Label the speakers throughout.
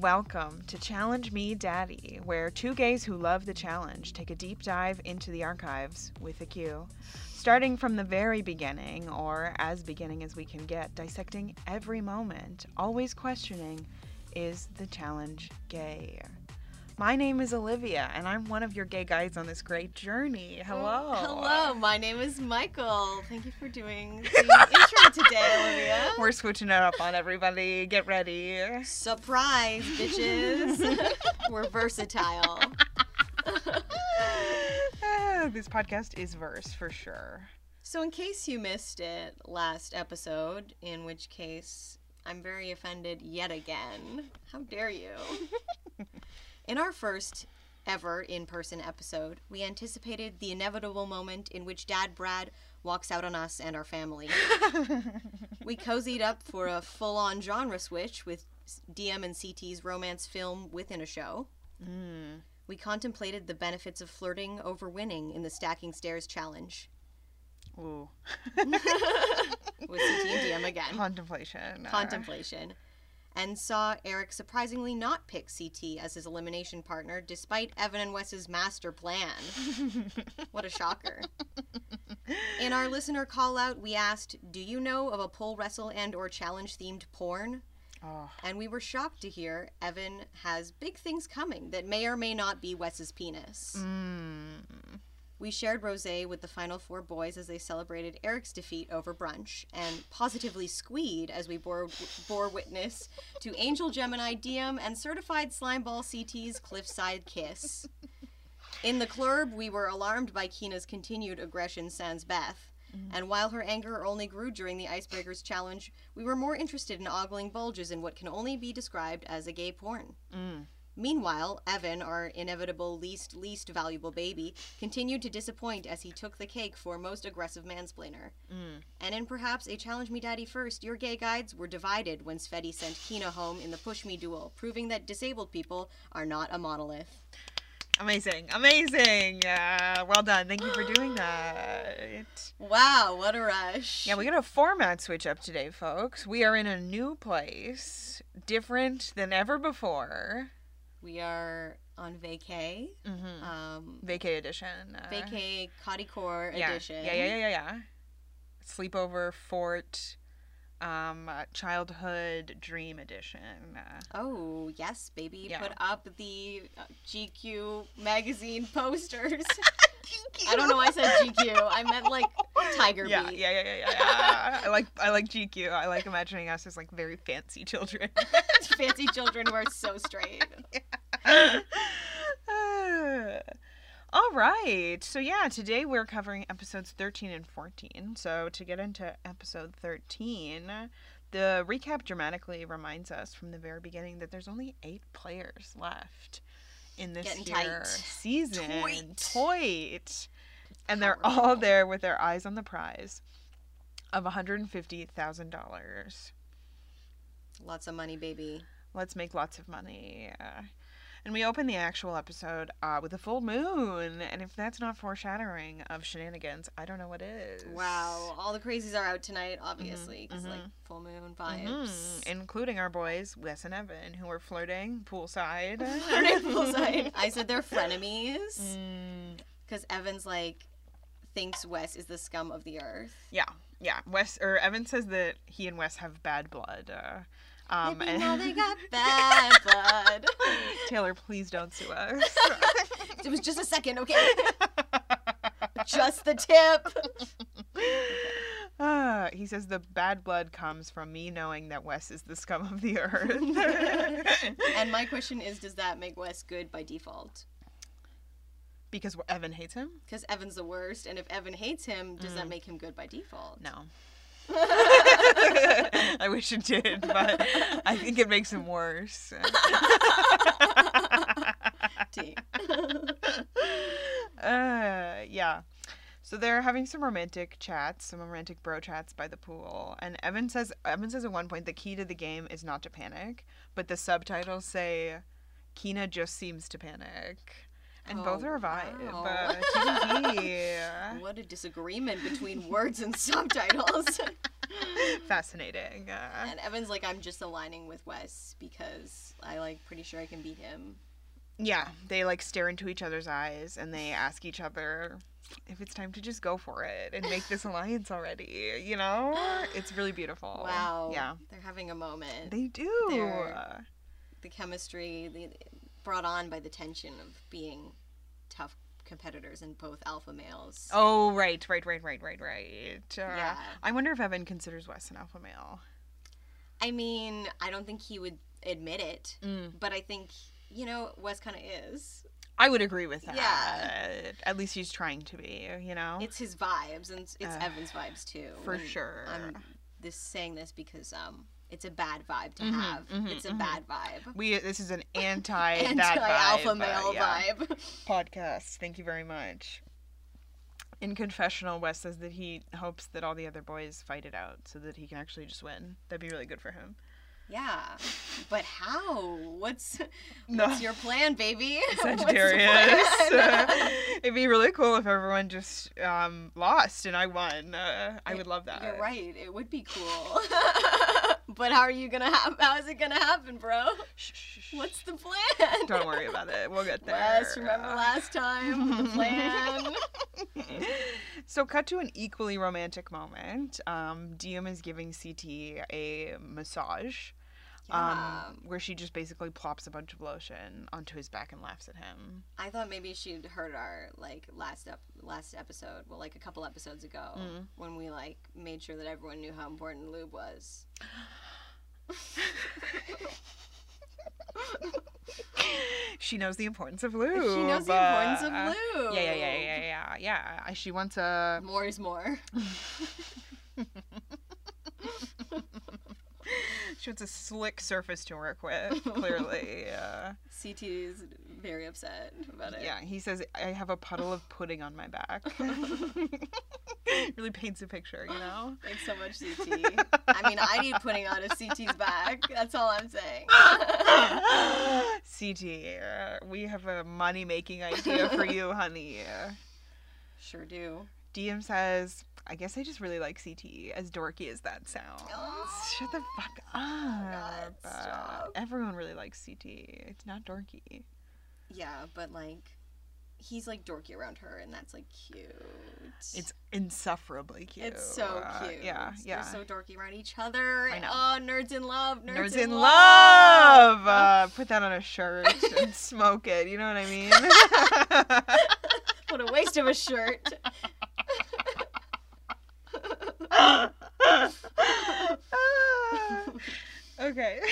Speaker 1: welcome to Challenge Me Daddy, where two gays who love the challenge take a deep dive into the archives with a Q, starting from the very beginning, or as beginning as we can get, dissecting every moment, always questioning is the challenge gay? My name is Olivia, and I'm one of your gay guides on this great journey. Hello.
Speaker 2: Hello, my name is Michael. Thank you for doing the intro today, Olivia.
Speaker 1: We're switching it up on everybody. Get ready.
Speaker 2: Surprise, bitches. We're versatile.
Speaker 1: Ah, this podcast is verse for sure.
Speaker 2: So, in case you missed it last episode, in which case I'm very offended yet again. How dare you? in our first ever in person episode, we anticipated the inevitable moment in which Dad Brad walks out on us and our family. we cozied up for a full on genre switch with DM and CT's romance film within a show.
Speaker 1: Mm,
Speaker 2: We contemplated the benefits of flirting over winning in the Stacking Stairs challenge
Speaker 1: Ooh.
Speaker 2: with CT and DM again.
Speaker 1: Contemplation.
Speaker 2: contemplation and saw Eric surprisingly not pick CT as his elimination partner despite Evan and Wes's master plan. what a shocker. In our listener call out, we asked, "Do you know of a pole wrestle and or challenge themed porn?"
Speaker 1: Oh.
Speaker 2: And we were shocked to hear Evan has big things coming that may or may not be Wes's penis.
Speaker 1: Mm.
Speaker 2: We shared rosé with the final four boys as they celebrated Eric's defeat over brunch and positively squeed as we bore, bore witness to Angel Gemini DM and certified slimeball CT's cliffside kiss. In the club, we were alarmed by Kina's continued aggression sans Beth. And while her anger only grew during the Icebreakers challenge, we were more interested in ogling bulges in what can only be described as a gay porn.
Speaker 1: Mm.
Speaker 2: Meanwhile, Evan, our inevitable least least valuable baby, continued to disappoint as he took the cake for most aggressive mansplainer.
Speaker 1: Mm.
Speaker 2: And in perhaps a challenge me daddy first, your gay guides were divided when Sveti sent Kina home in the push me duel, proving that disabled people are not a monolith.
Speaker 1: Amazing. Amazing. Yeah. Well done. Thank you for doing that.
Speaker 2: Wow, what a rush.
Speaker 1: Yeah, we got a format switch up today, folks. We are in a new place, different than ever before.
Speaker 2: we are on vacay.
Speaker 1: Mm-hmm.
Speaker 2: Um
Speaker 1: Vacay edition. Uh,
Speaker 2: vacay Cottacore
Speaker 1: yeah.
Speaker 2: edition.
Speaker 1: Yeah, yeah, yeah, yeah, yeah. Sleepover fort, um, uh, childhood dream edition. Uh,
Speaker 2: Oh, yes, baby.
Speaker 1: Yeah.
Speaker 2: Put up the uh, GQ magazine posters.
Speaker 1: GQ.
Speaker 2: I don't know why I said GQ. I meant like Tiger
Speaker 1: yeah,
Speaker 2: Beat.
Speaker 1: yeah, yeah, yeah, yeah, yeah. I like I like GQ. I like imagining us as like very fancy children.
Speaker 2: Fancy children who are so straight.
Speaker 1: Uh, All right. So yeah, today we're covering episodes 13 and 14. So to get into episode 13, the recap dramatically reminds us from the very beginning that there's only 8 players left in this
Speaker 2: Getting
Speaker 1: year
Speaker 2: tight.
Speaker 1: season.
Speaker 2: Toit.
Speaker 1: Toit. And they're all
Speaker 2: Powerful.
Speaker 1: there with their eyes on the prize of $150,000
Speaker 2: Lots of money, baby.
Speaker 1: let's make lots of money. Uh, and we open the actual episode uh, with a full moon. And if that's not foreshadowing of shenanigans, I don't know what is.
Speaker 2: Wow. All the crazies are out tonight, obviously, because
Speaker 1: mhm.
Speaker 2: like full moon
Speaker 1: Mhm.
Speaker 2: vibes.
Speaker 1: Including our boys, Wes and Evan, who were flirting poolside.
Speaker 2: Flirting poolside. I said they're frenemies
Speaker 1: Mm,
Speaker 2: because Evan's like thinks Wes is the scum of the earth.
Speaker 1: yeah, yeah. Wes or Evan says that he and Wes have bad blood. Uh, um,
Speaker 2: Maybe
Speaker 1: and
Speaker 2: now they got bad blood.
Speaker 1: Taylor, please don't sue us.
Speaker 2: it was just a second, okay? Just the tip.
Speaker 1: Ah, he says the bad blood comes from me knowing that Wes is the scum of the earth.
Speaker 2: And my question is, does that make Wes good by default?
Speaker 1: because Evan hates him?
Speaker 2: Because Evan's the worst, and if Evan hates him, does that make him good by default?
Speaker 1: Mm. No. I wish it did, but I think it makes him worse.
Speaker 2: Tea.
Speaker 1: uh, yeah. So they're having some romantic chats, some romantic bro chats by the pool. And Evan says Evan says at one point the key to the game is not to panic, but the subtitles say Kina just seems to panic. And both
Speaker 2: Oh,
Speaker 1: are a vibe.
Speaker 2: wow.
Speaker 1: Uh, TBD.
Speaker 2: what a disagreement between words and subtitles.
Speaker 1: Fascinating. Uh,
Speaker 2: And Evan's like, I'm just aligning with Wes because I like pretty sure I can beat him.
Speaker 1: yeah, they like stare into each other's eyes and they ask each other if it's time to just go for it and make this alliance already. You know, it's really beautiful.
Speaker 2: Wow.
Speaker 1: Oh, Yeah,
Speaker 2: They're having a moment.
Speaker 1: they do.
Speaker 2: They're- the chemistry the, brought on by the tension of being tough competitors and both alpha males.
Speaker 1: Oh, right, right, right, right, right, right. Uh,
Speaker 2: Yeah.
Speaker 1: I wonder if Evan considers Wes an alpha male.
Speaker 2: I mean, I don't think he would admit it, but I think, you know, Wes kind of is.
Speaker 1: I would agree with that.
Speaker 2: Yeah.
Speaker 1: At least he's trying to be, you know?
Speaker 2: It's his vibes, and it's
Speaker 1: Oh. Uh,
Speaker 2: Evan's vibes too.
Speaker 1: for
Speaker 2: and
Speaker 1: sure.
Speaker 2: I'm this saying this because um, it's a bad vibe to
Speaker 1: Mhm,
Speaker 2: have.
Speaker 1: mhm,
Speaker 2: it's a
Speaker 1: mhm.
Speaker 2: bad vibe.
Speaker 1: we this is an anti that
Speaker 2: Anti-alpha
Speaker 1: vibe, uh,
Speaker 2: male
Speaker 1: yeah,
Speaker 2: vibe.
Speaker 1: podcast. Thank you very much. In confessional, Wes says that he hopes that all the other boys fight it out so that he can actually just win. That'd be really good for him.
Speaker 2: yeah, but how? What's
Speaker 1: No.
Speaker 2: what's your plan, baby? What's the
Speaker 1: Sagittarius.
Speaker 2: plan?
Speaker 1: It'd be really cool if everyone just um, lost and I won. Uh, I would love that.
Speaker 2: You're right. It would be cool. but how are you gonna? Ha- how is it gonna happen, bro?
Speaker 1: Shh, shh, shh.
Speaker 2: What's the plan?
Speaker 1: Don't worry about it. We'll get there. Uh,
Speaker 2: Wes, remember last time the plan?
Speaker 1: so cut to an equally romantic moment. Um, Diem is giving CT a massage,
Speaker 2: Yeah.
Speaker 1: um, where she just basically plops a bunch of lotion onto his back and laughs at him.
Speaker 2: I thought maybe she'd heard our like last ep- last episode, well, like a couple episodes ago,
Speaker 1: Mm.
Speaker 2: when we like made sure that everyone knew how important lube was.
Speaker 1: she knows the importance of lube.
Speaker 2: she knows the importance of
Speaker 1: uh,
Speaker 2: lube.
Speaker 1: Yeah, yeah, yeah, yeah, yeah, yeah. I- She wants a
Speaker 2: More is more.
Speaker 1: she wants a slick surface to work with. Clearly, uh,
Speaker 2: CT is very upset about it.
Speaker 1: yeah. He says I have a puddle of pudding on my back. really paints a picture, you know.
Speaker 2: Thanks so much, CT. I mean, I need putting out of CT's back. That's all I'm saying.
Speaker 1: CT, uh, we have a money making idea for you, honey.
Speaker 2: sure do.
Speaker 1: DM says, I guess I just really like CT, as dorky as that sounds.
Speaker 2: Oh,
Speaker 1: Shut the fuck up.
Speaker 2: stop.
Speaker 1: Everyone really likes CT. It's not dorky.
Speaker 2: Yeah, but like, he's like dorky around her, and that's like cute.
Speaker 1: It's insufferably cute.
Speaker 2: It's so
Speaker 1: Uh,
Speaker 2: cute.
Speaker 1: yeah, yeah.
Speaker 2: They're so dorky around each other.
Speaker 1: I know.
Speaker 2: Oh, nerds in love. Nerds,
Speaker 1: Nerds in
Speaker 2: love.
Speaker 1: love. Uh, put that on a shirt and smoke it. You know what I mean?
Speaker 2: what a waste of a shirt.
Speaker 1: okay.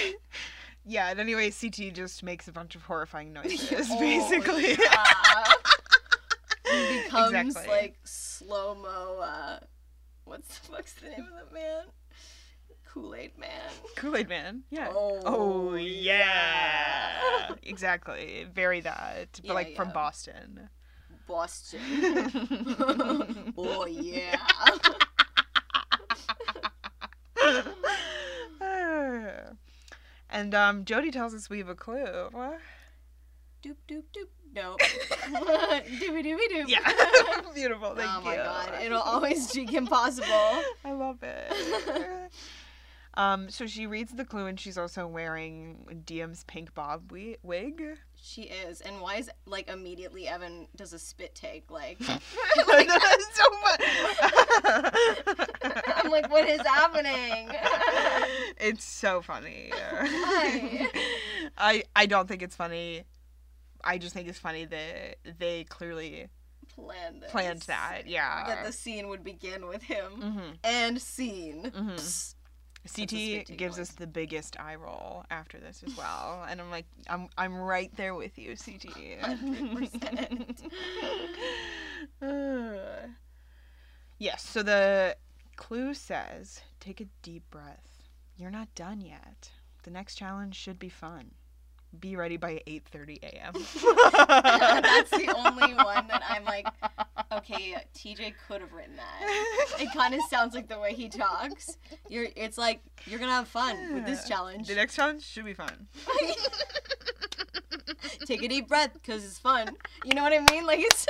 Speaker 1: Yeah, and anyway, CT just makes a bunch of horrifying noises,
Speaker 2: Oh,
Speaker 1: basically.
Speaker 2: yeah. he becomes
Speaker 1: Exactly.
Speaker 2: like slow mo. Uh, what's the fuck's the name of the man? Kool Aid Man.
Speaker 1: Kool Aid Man. Yeah.
Speaker 2: Oh,
Speaker 1: yeah. exactly. Very that. But
Speaker 2: Yeah,
Speaker 1: like from
Speaker 2: yeah.
Speaker 1: Boston.
Speaker 2: Boston. oh yeah.
Speaker 1: and um, Jody tells us we have a clue.
Speaker 2: doop doop doop. Nope. doopy doopy doop.
Speaker 1: Yeah. Beautiful. Thank
Speaker 2: oh
Speaker 1: you.
Speaker 2: my god, it'll always be impossible.
Speaker 1: I love it. um, so she reads the clue, and she's also wearing Diem's pink bob wi- wig.
Speaker 2: She is, and why is like immediately Evan does a spit take? Like
Speaker 1: That's so fun.
Speaker 2: I'm like, what is happening?
Speaker 1: it's so funny.
Speaker 2: Why?
Speaker 1: I I don't think it's funny. I just think it's funny that they clearly
Speaker 2: Planned this.
Speaker 1: planned that. Yeah.
Speaker 2: That the scene would begin with him.
Speaker 1: hmm
Speaker 2: And scene.
Speaker 1: Mhm.
Speaker 2: Psst.
Speaker 1: CT
Speaker 2: spit
Speaker 1: gives
Speaker 2: noise.
Speaker 1: us the biggest eye roll after this as well, and I'm like, I'm I'm right there with you, CT.
Speaker 2: 100%.
Speaker 1: Uh, yes. So the clue says, take a deep breath. You're not done yet. The next challenge should be fun. Be ready by 8:30 a.m.
Speaker 2: That's the only one that I'm like, okay, TJ could have written that. It kind of sounds like the way he talks. You're, it's like you're gonna have fun with this
Speaker 1: Yeah.
Speaker 2: challenge.
Speaker 1: the next challenge should be fun.
Speaker 2: Take a deep breath because it's fun. You know what I mean? Like it's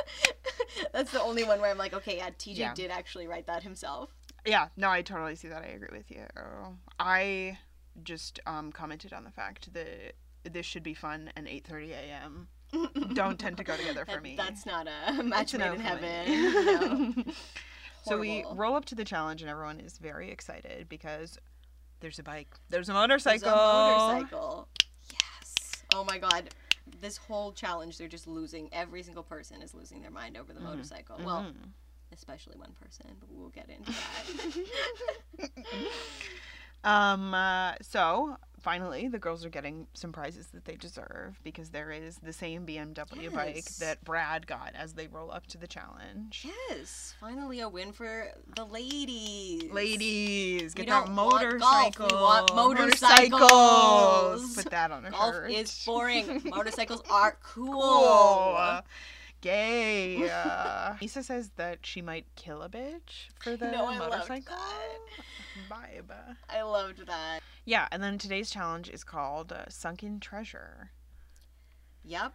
Speaker 2: that's the only one where I'm like, okay, yeah, TJ
Speaker 1: Yeah.
Speaker 2: did actually write that himself.
Speaker 1: Yeah, no, I totally see that. I agree with you. I just um, commented on the fact that this should be fun and 8:30 a.m. don't tend to go together for
Speaker 2: That-
Speaker 1: me.
Speaker 2: That's not a
Speaker 1: It's
Speaker 2: match
Speaker 1: a
Speaker 2: made
Speaker 1: no
Speaker 2: in
Speaker 1: for me.
Speaker 2: heaven. No.
Speaker 1: so we
Speaker 2: Horrible.
Speaker 1: roll up to the challenge and everyone is very excited because there's a bike, there's a motorcycle.
Speaker 2: There's a motorcycle. Yes. Oh my god. This whole challenge, they're just losing. Every single person is losing their mind over the
Speaker 1: Mhm.
Speaker 2: motorcycle. Well,
Speaker 1: Mhm.
Speaker 2: especially one person, but we'll get into that.
Speaker 1: Um, uh, so finally, the girls are getting some prizes that they deserve because there is the same BMW bike
Speaker 2: Yes.
Speaker 1: that Brad got as they roll up to the challenge.
Speaker 2: yes. Finally, a win for the ladies.
Speaker 1: Ladies,
Speaker 2: We
Speaker 1: get that
Speaker 2: don't want
Speaker 1: motorcycle.
Speaker 2: golf, we want motorcycles.
Speaker 1: Motorcycles. Put that on a
Speaker 2: Golf
Speaker 1: shirt.
Speaker 2: is boring. Motorcycles are cool.
Speaker 1: Cool. Gay. Uh, Issa says that she might kill a bitch for the
Speaker 2: know, I loved
Speaker 1: motorcycle
Speaker 2: that.
Speaker 1: vibe.
Speaker 2: I loved that.
Speaker 1: Yeah, and then today's challenge is called uh, Sunken Treasure.
Speaker 2: Yep.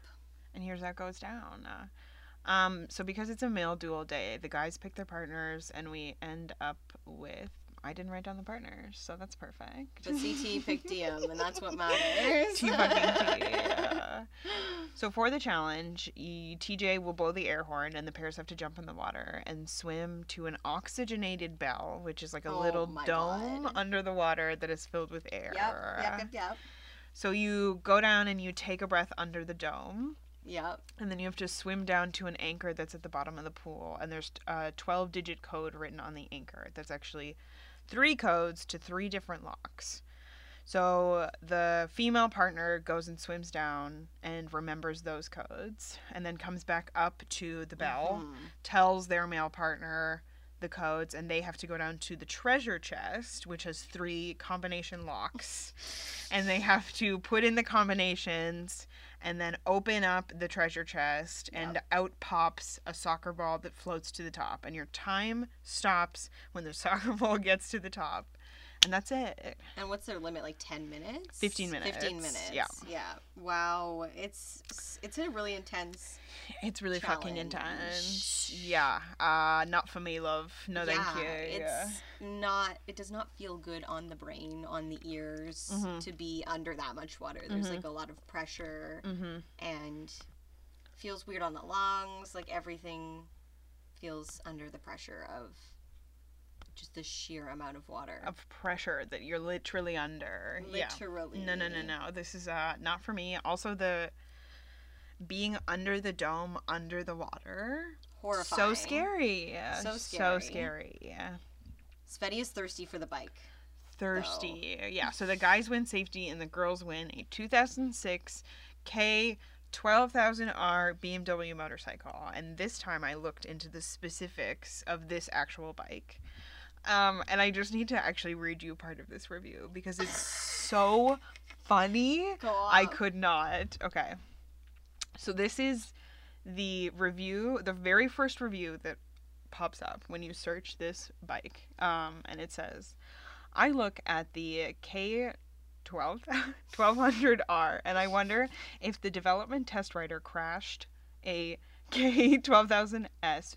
Speaker 1: and here's how it goes down. Uh, um, so because it's a male duel day, the guys pick their partners, and we end up with I didn't write down the partners, so that's perfect.
Speaker 2: But CT picked DM, and that's what matters.
Speaker 1: T fucking T. yeah. So for the challenge, e- TJ will blow the air horn, and the pairs have to jump in the water and swim to an oxygenated bell, which is like a
Speaker 2: Oh
Speaker 1: little
Speaker 2: my
Speaker 1: dome
Speaker 2: God.
Speaker 1: under the water that is filled with air.
Speaker 2: Yep, yep, yep, yep.
Speaker 1: So you go down and you take a breath under the dome.
Speaker 2: Yep.
Speaker 1: And then you have to swim down to an anchor that's at the bottom of the pool. And there's a 12 digit code written on the anchor. That's actually three codes to three different locks. So the female partner goes and swims down and remembers those codes and then comes back up to the bell,
Speaker 2: Mhm.
Speaker 1: tells their male partner the codes, and they have to go down to the treasure chest, which has three combination locks. and they have to put in the combinations and then open up the treasure chest and out pops a soccer ball that floats to the top and your time stops when the soccer ball gets to the top and that's it
Speaker 2: And what's their limit? Like ten minutes?
Speaker 1: 15
Speaker 2: Fifteen
Speaker 1: minutes,
Speaker 2: minutes.
Speaker 1: yeah.
Speaker 2: Yeah. Wow. It's it's a really intense.
Speaker 1: it's really fucking
Speaker 2: Challenge.
Speaker 1: intense yeah uh not for me love no
Speaker 2: Yeah,
Speaker 1: thank you yeah.
Speaker 2: It's not. It does not feel good on the brain, on the ears,
Speaker 1: Mhm.
Speaker 2: to be under that much water. There's
Speaker 1: Mhm.
Speaker 2: like a lot of pressure,
Speaker 1: mm-hmm.
Speaker 2: and feels weird on the lungs. Like everything feels under the pressure of just the sheer amount of water.
Speaker 1: of pressure that you're literally under yeah
Speaker 2: Literally.
Speaker 1: No, no, no, no. This is uh not for me. Also the being under the dome under the water.
Speaker 2: Horrifying.
Speaker 1: So scary. Yeah,
Speaker 2: So
Speaker 1: So
Speaker 2: scary.
Speaker 1: scary. Yeah.
Speaker 2: Svetty is thirsty for the bike.
Speaker 1: Thirsty. Yeah. So the guys win safety and the girls win a 2006 K 12,000R BMW motorcycle. And this time I looked into the specifics of this actual bike. Um, and I just need to actually read you part of this review because it's so funny.
Speaker 2: Go on.
Speaker 1: I could not. Okay. So this is the review, the very first review that pops up when you search this bike. Um, and it says, I look at the K. 12 1200R and I wonder if the development test rider crashed a K12000S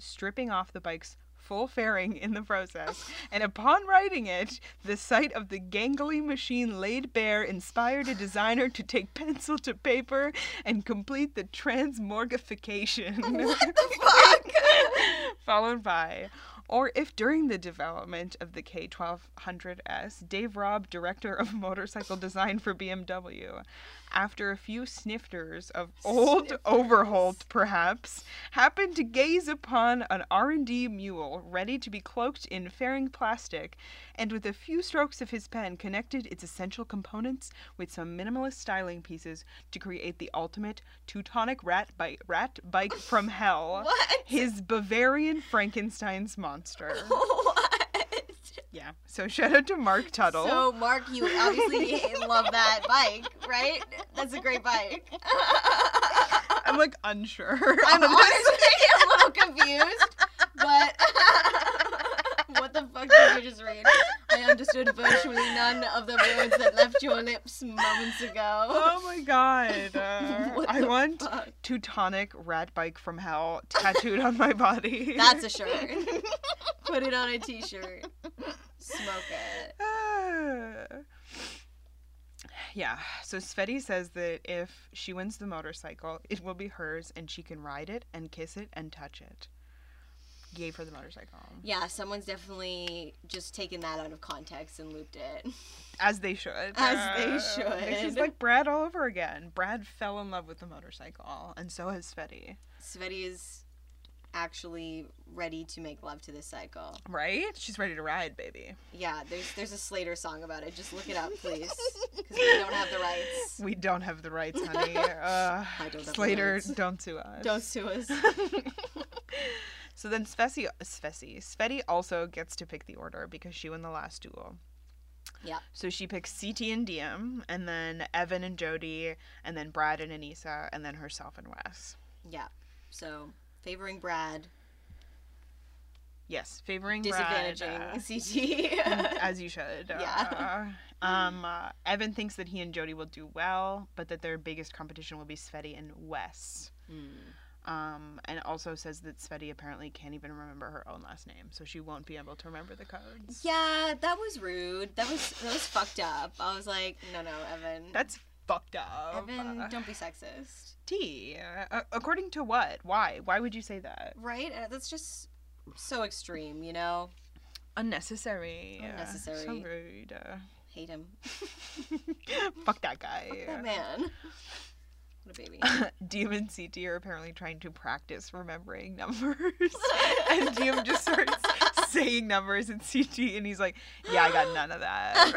Speaker 1: stripping off the bike's full fairing in the process and upon riding it the sight of the gangly machine laid bare inspired a designer to take pencil to paper and complete the transmorgification
Speaker 2: What the fuck?
Speaker 1: followed by or if during the development of the K1200S, Dave Robb, director of motorcycle design for BMW, after a few snifters of old
Speaker 2: Snifters.
Speaker 1: overhaul perhaps, happened to gaze upon an R&D mule ready to be cloaked in fairing plastic and with a few strokes of his pen connected its essential components with some minimalist styling pieces to create the ultimate Teutonic rat bike, rat bike from hell
Speaker 2: what?
Speaker 1: his Bavarian Frankenstein's monster.
Speaker 2: what?
Speaker 1: Yeah. So shout out to Mark Tuttle.
Speaker 2: So uh, Mark, you obviously love that bike, right? That's a great bike.
Speaker 1: I'm like unsure.
Speaker 2: I'm
Speaker 1: on this.
Speaker 2: honestly a little confused, but what the fuck did you just read? I understood virtually none of the words that left your lips moments ago.
Speaker 1: Oh my god. Uh,
Speaker 2: What
Speaker 1: I
Speaker 2: the
Speaker 1: want
Speaker 2: Fuck.
Speaker 1: Teutonic Rat Bike from Hell tattooed on my body.
Speaker 2: That's a shirt. Put it on a t-shirt. smoke it.
Speaker 1: Ah. yeah. So Sveti says that if she wins the motorcycle, it will be hers and she can ride it and kiss it and touch it. Yay for the motorcycle.
Speaker 2: Yeah, someone's definitely just taken that out of context and looped it.
Speaker 1: As they should.
Speaker 2: As they
Speaker 1: Uh, This is
Speaker 2: should.
Speaker 1: like Brad all over again. Brad fell in love with the motorcycle, and so has Sveti.
Speaker 2: Sveti is actually ready to make love to this cycle.
Speaker 1: Right? She's ready to ride, baby.
Speaker 2: Yeah, there's there's a Slater song about it. Just look it up, please, because we don't have the rights.
Speaker 1: We don't have the rights, honey. Uh,
Speaker 2: I don't have the
Speaker 1: Slater,
Speaker 2: rights.
Speaker 1: don't sue us.
Speaker 2: Don't sue us.
Speaker 1: So then Svesi, Svesi, Sveti also gets to pick the order because she won the last duel.
Speaker 2: Yeah.
Speaker 1: So she picks CT and Diem, and then Evan and Jody, and then Brad and Anissa, and then herself and Wes.
Speaker 2: Yeah. So favoring Brad,
Speaker 1: Yes, favoring Brad. mm,
Speaker 2: disadvantaging CG.
Speaker 1: uh, as you should.
Speaker 2: Yeah.
Speaker 1: Uh, um, uh, Evan thinks that he and Jody will do well, but that their biggest competition will be Sveti and Wes.
Speaker 2: Hmm.
Speaker 1: Um, and also says that Sveti apparently can't even remember her own last name, so she won't be able to remember the codes.
Speaker 2: Yeah, that was rude. That was that was fucked up. I was like, no, no, Evan.
Speaker 1: That's fucked up.
Speaker 2: Evan,
Speaker 1: Uh,
Speaker 2: don't be sexist.
Speaker 1: T. Uh, according to what? Why? Why would you say that?
Speaker 2: Right? Uh, That's just so extreme, you know.
Speaker 1: Unnecessary. So
Speaker 2: Unnecessary.
Speaker 1: rude.
Speaker 2: Hate him.
Speaker 1: Fuck that guy.
Speaker 2: That man. What a baby.
Speaker 1: Diem and CT are apparently trying to practice remembering numbers. and Diem just starts saying numbers and CT and he's like, Yeah, I got none of that.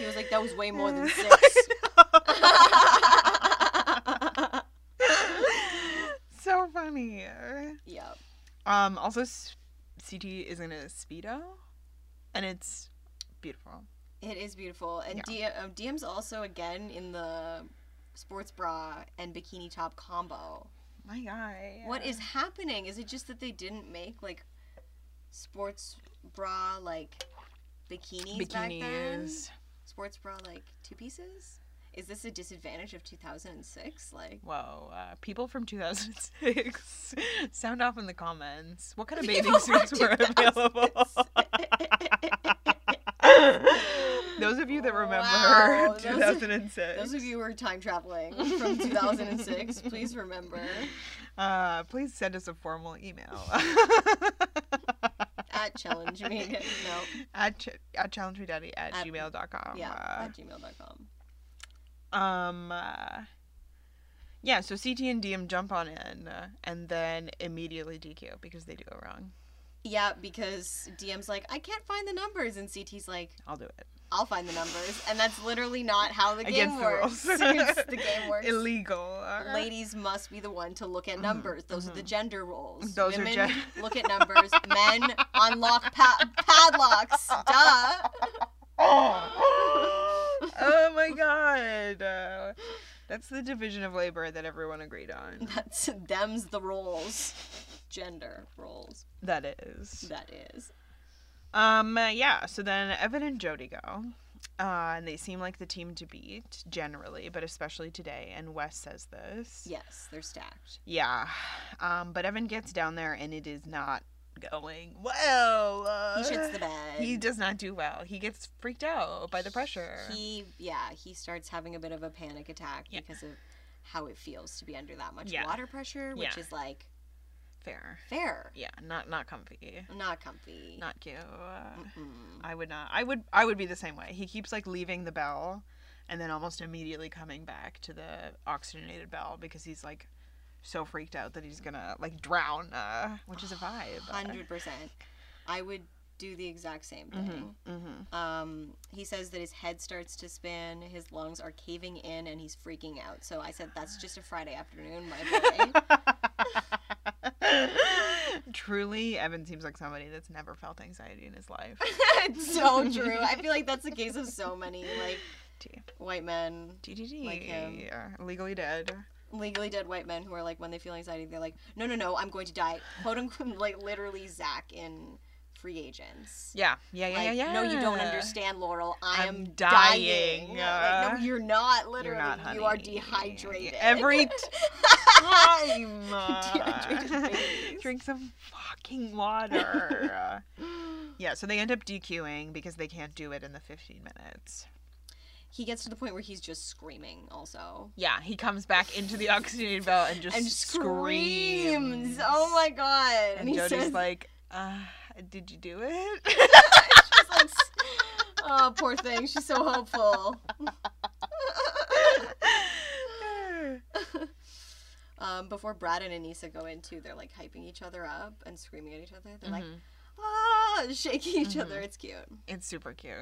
Speaker 2: He was like, that was way more than six.
Speaker 1: so funny.
Speaker 2: yep.
Speaker 1: Um also S- CT is in a speedo and it's beautiful.
Speaker 2: It is beautiful. And DM, um, DM's also again in the sports bra and bikini top combo.
Speaker 1: My guy.
Speaker 2: What is happening? Is it just that they didn't make like sports bra like bikinis, back then?
Speaker 1: bikinis?
Speaker 2: Sports bra like two pieces? Is this a disadvantage of 2006? Like
Speaker 1: Whoa, uh, people from 2006, sound off in the comments. What kind of bathing
Speaker 2: People from
Speaker 1: suits were available?
Speaker 2: 2006.
Speaker 1: those of you that remember
Speaker 2: Wow, those-
Speaker 1: 2006,
Speaker 2: Those of you who are time traveling from 2006, please remember.
Speaker 1: uh, please send us a formal email
Speaker 2: At challenge me. No.
Speaker 1: at, ch- at challengeredaddy at,
Speaker 2: At-
Speaker 1: gmail.com.
Speaker 2: Yeah.
Speaker 1: Uh,
Speaker 2: At gmail.com.
Speaker 1: Um, uh, yeah, so CT and DM jump on in uh, and then immediately DQ because they do it wrong.
Speaker 2: Yeah, because DM's like, I can't find the numbers. And CT's like,
Speaker 1: I'll do it.
Speaker 2: I'll find the numbers. And that's literally not how the game
Speaker 1: Against the
Speaker 2: works.
Speaker 1: rules.
Speaker 2: It's- the game works.
Speaker 1: Illegal.
Speaker 2: Ladies must be the one to look at numbers. Those are the gender roles.
Speaker 1: Mm-hmm, Those are
Speaker 2: Women
Speaker 1: gen-
Speaker 2: look at numbers. Men unlock pa- padlocks. Duh.
Speaker 1: Oh, Oh my god. Uh, that's the division of labor that everyone agreed on.
Speaker 2: That's them's the roles. Gender roles.
Speaker 1: That is.
Speaker 2: That is.
Speaker 1: Um uh, yeah, so then Evan and Jody go. Uh, and they seem like the team to beat generally, but especially today. And Wes says this.
Speaker 2: Yes, they're stacked.
Speaker 1: Yeah. Um, but Evan gets down there and it is not going well. Uh,
Speaker 2: He shits the bed.
Speaker 1: He does not do well. He gets freaked out by the pressure.
Speaker 2: He yeah, he starts having a bit of a panic attack
Speaker 1: Yeah.
Speaker 2: because of how it feels to be under that much
Speaker 1: Yeah.
Speaker 2: water pressure, which
Speaker 1: Yeah.
Speaker 2: is like
Speaker 1: Fair.
Speaker 2: fair.
Speaker 1: Yeah, not not comfy.
Speaker 2: Not comfy.
Speaker 1: Not cute. Uh,
Speaker 2: Mm. Mm-mm.
Speaker 1: I would not. I would. I would be the same way. He keeps like leaving the bell, and then almost immediately coming back to the oxygenated bell because he's like so freaked out that he's gonna like drown, uh, which is a vibe.
Speaker 2: Hundred percent. I would do the exact same thing.
Speaker 1: Mm-hmm. hmm
Speaker 2: Um, he says that his head starts to spin, his lungs are caving in, and he's freaking out. So I said, "That's just a Friday afternoon, my boy."
Speaker 1: Truly, Evan seems like somebody that's never felt anxiety in his life.
Speaker 2: it's so true. I feel like that's the case of so many like
Speaker 1: T-
Speaker 2: white men,
Speaker 1: TTT.
Speaker 2: Like him.
Speaker 1: Yeah, Legally dead.
Speaker 2: legally dead white men who are like when they feel anxiety, they're like, "No, no, no, I'm going to die." Quote unquote, like literally Zach in free agents.
Speaker 1: Yeah, yeah, yeah,
Speaker 2: Like,
Speaker 1: yeah, yeah.
Speaker 2: No, you don't understand, Laurel. I
Speaker 1: I'm
Speaker 2: am
Speaker 1: dying,
Speaker 2: dying. Like,
Speaker 1: uh,
Speaker 2: no, you're not. Literally,
Speaker 1: You're not, honey.
Speaker 2: you are dehydrated.
Speaker 1: Every time.
Speaker 2: Dehydrated babies.
Speaker 1: Drink some fucking water. yeah, so they end up DQing because they can't do it in the 15 minutes.
Speaker 2: he gets to the point where he's just screaming. Also,
Speaker 1: Yeah, he comes back into the oxygenated belt and just
Speaker 2: and
Speaker 1: screams.
Speaker 2: screams. Oh my god!
Speaker 1: And
Speaker 2: he
Speaker 1: Jody's
Speaker 2: says,
Speaker 1: like, uh, did you do it?
Speaker 2: she's like, s- "Oh, poor thing. She's so hopeful." Um, before Brad and Anissa go into, they're like hyping each other up and screaming at each other. They're like,
Speaker 1: Mhm.
Speaker 2: ah, shaking each other.
Speaker 1: Mm-hmm.
Speaker 2: It's cute.
Speaker 1: It's super cute.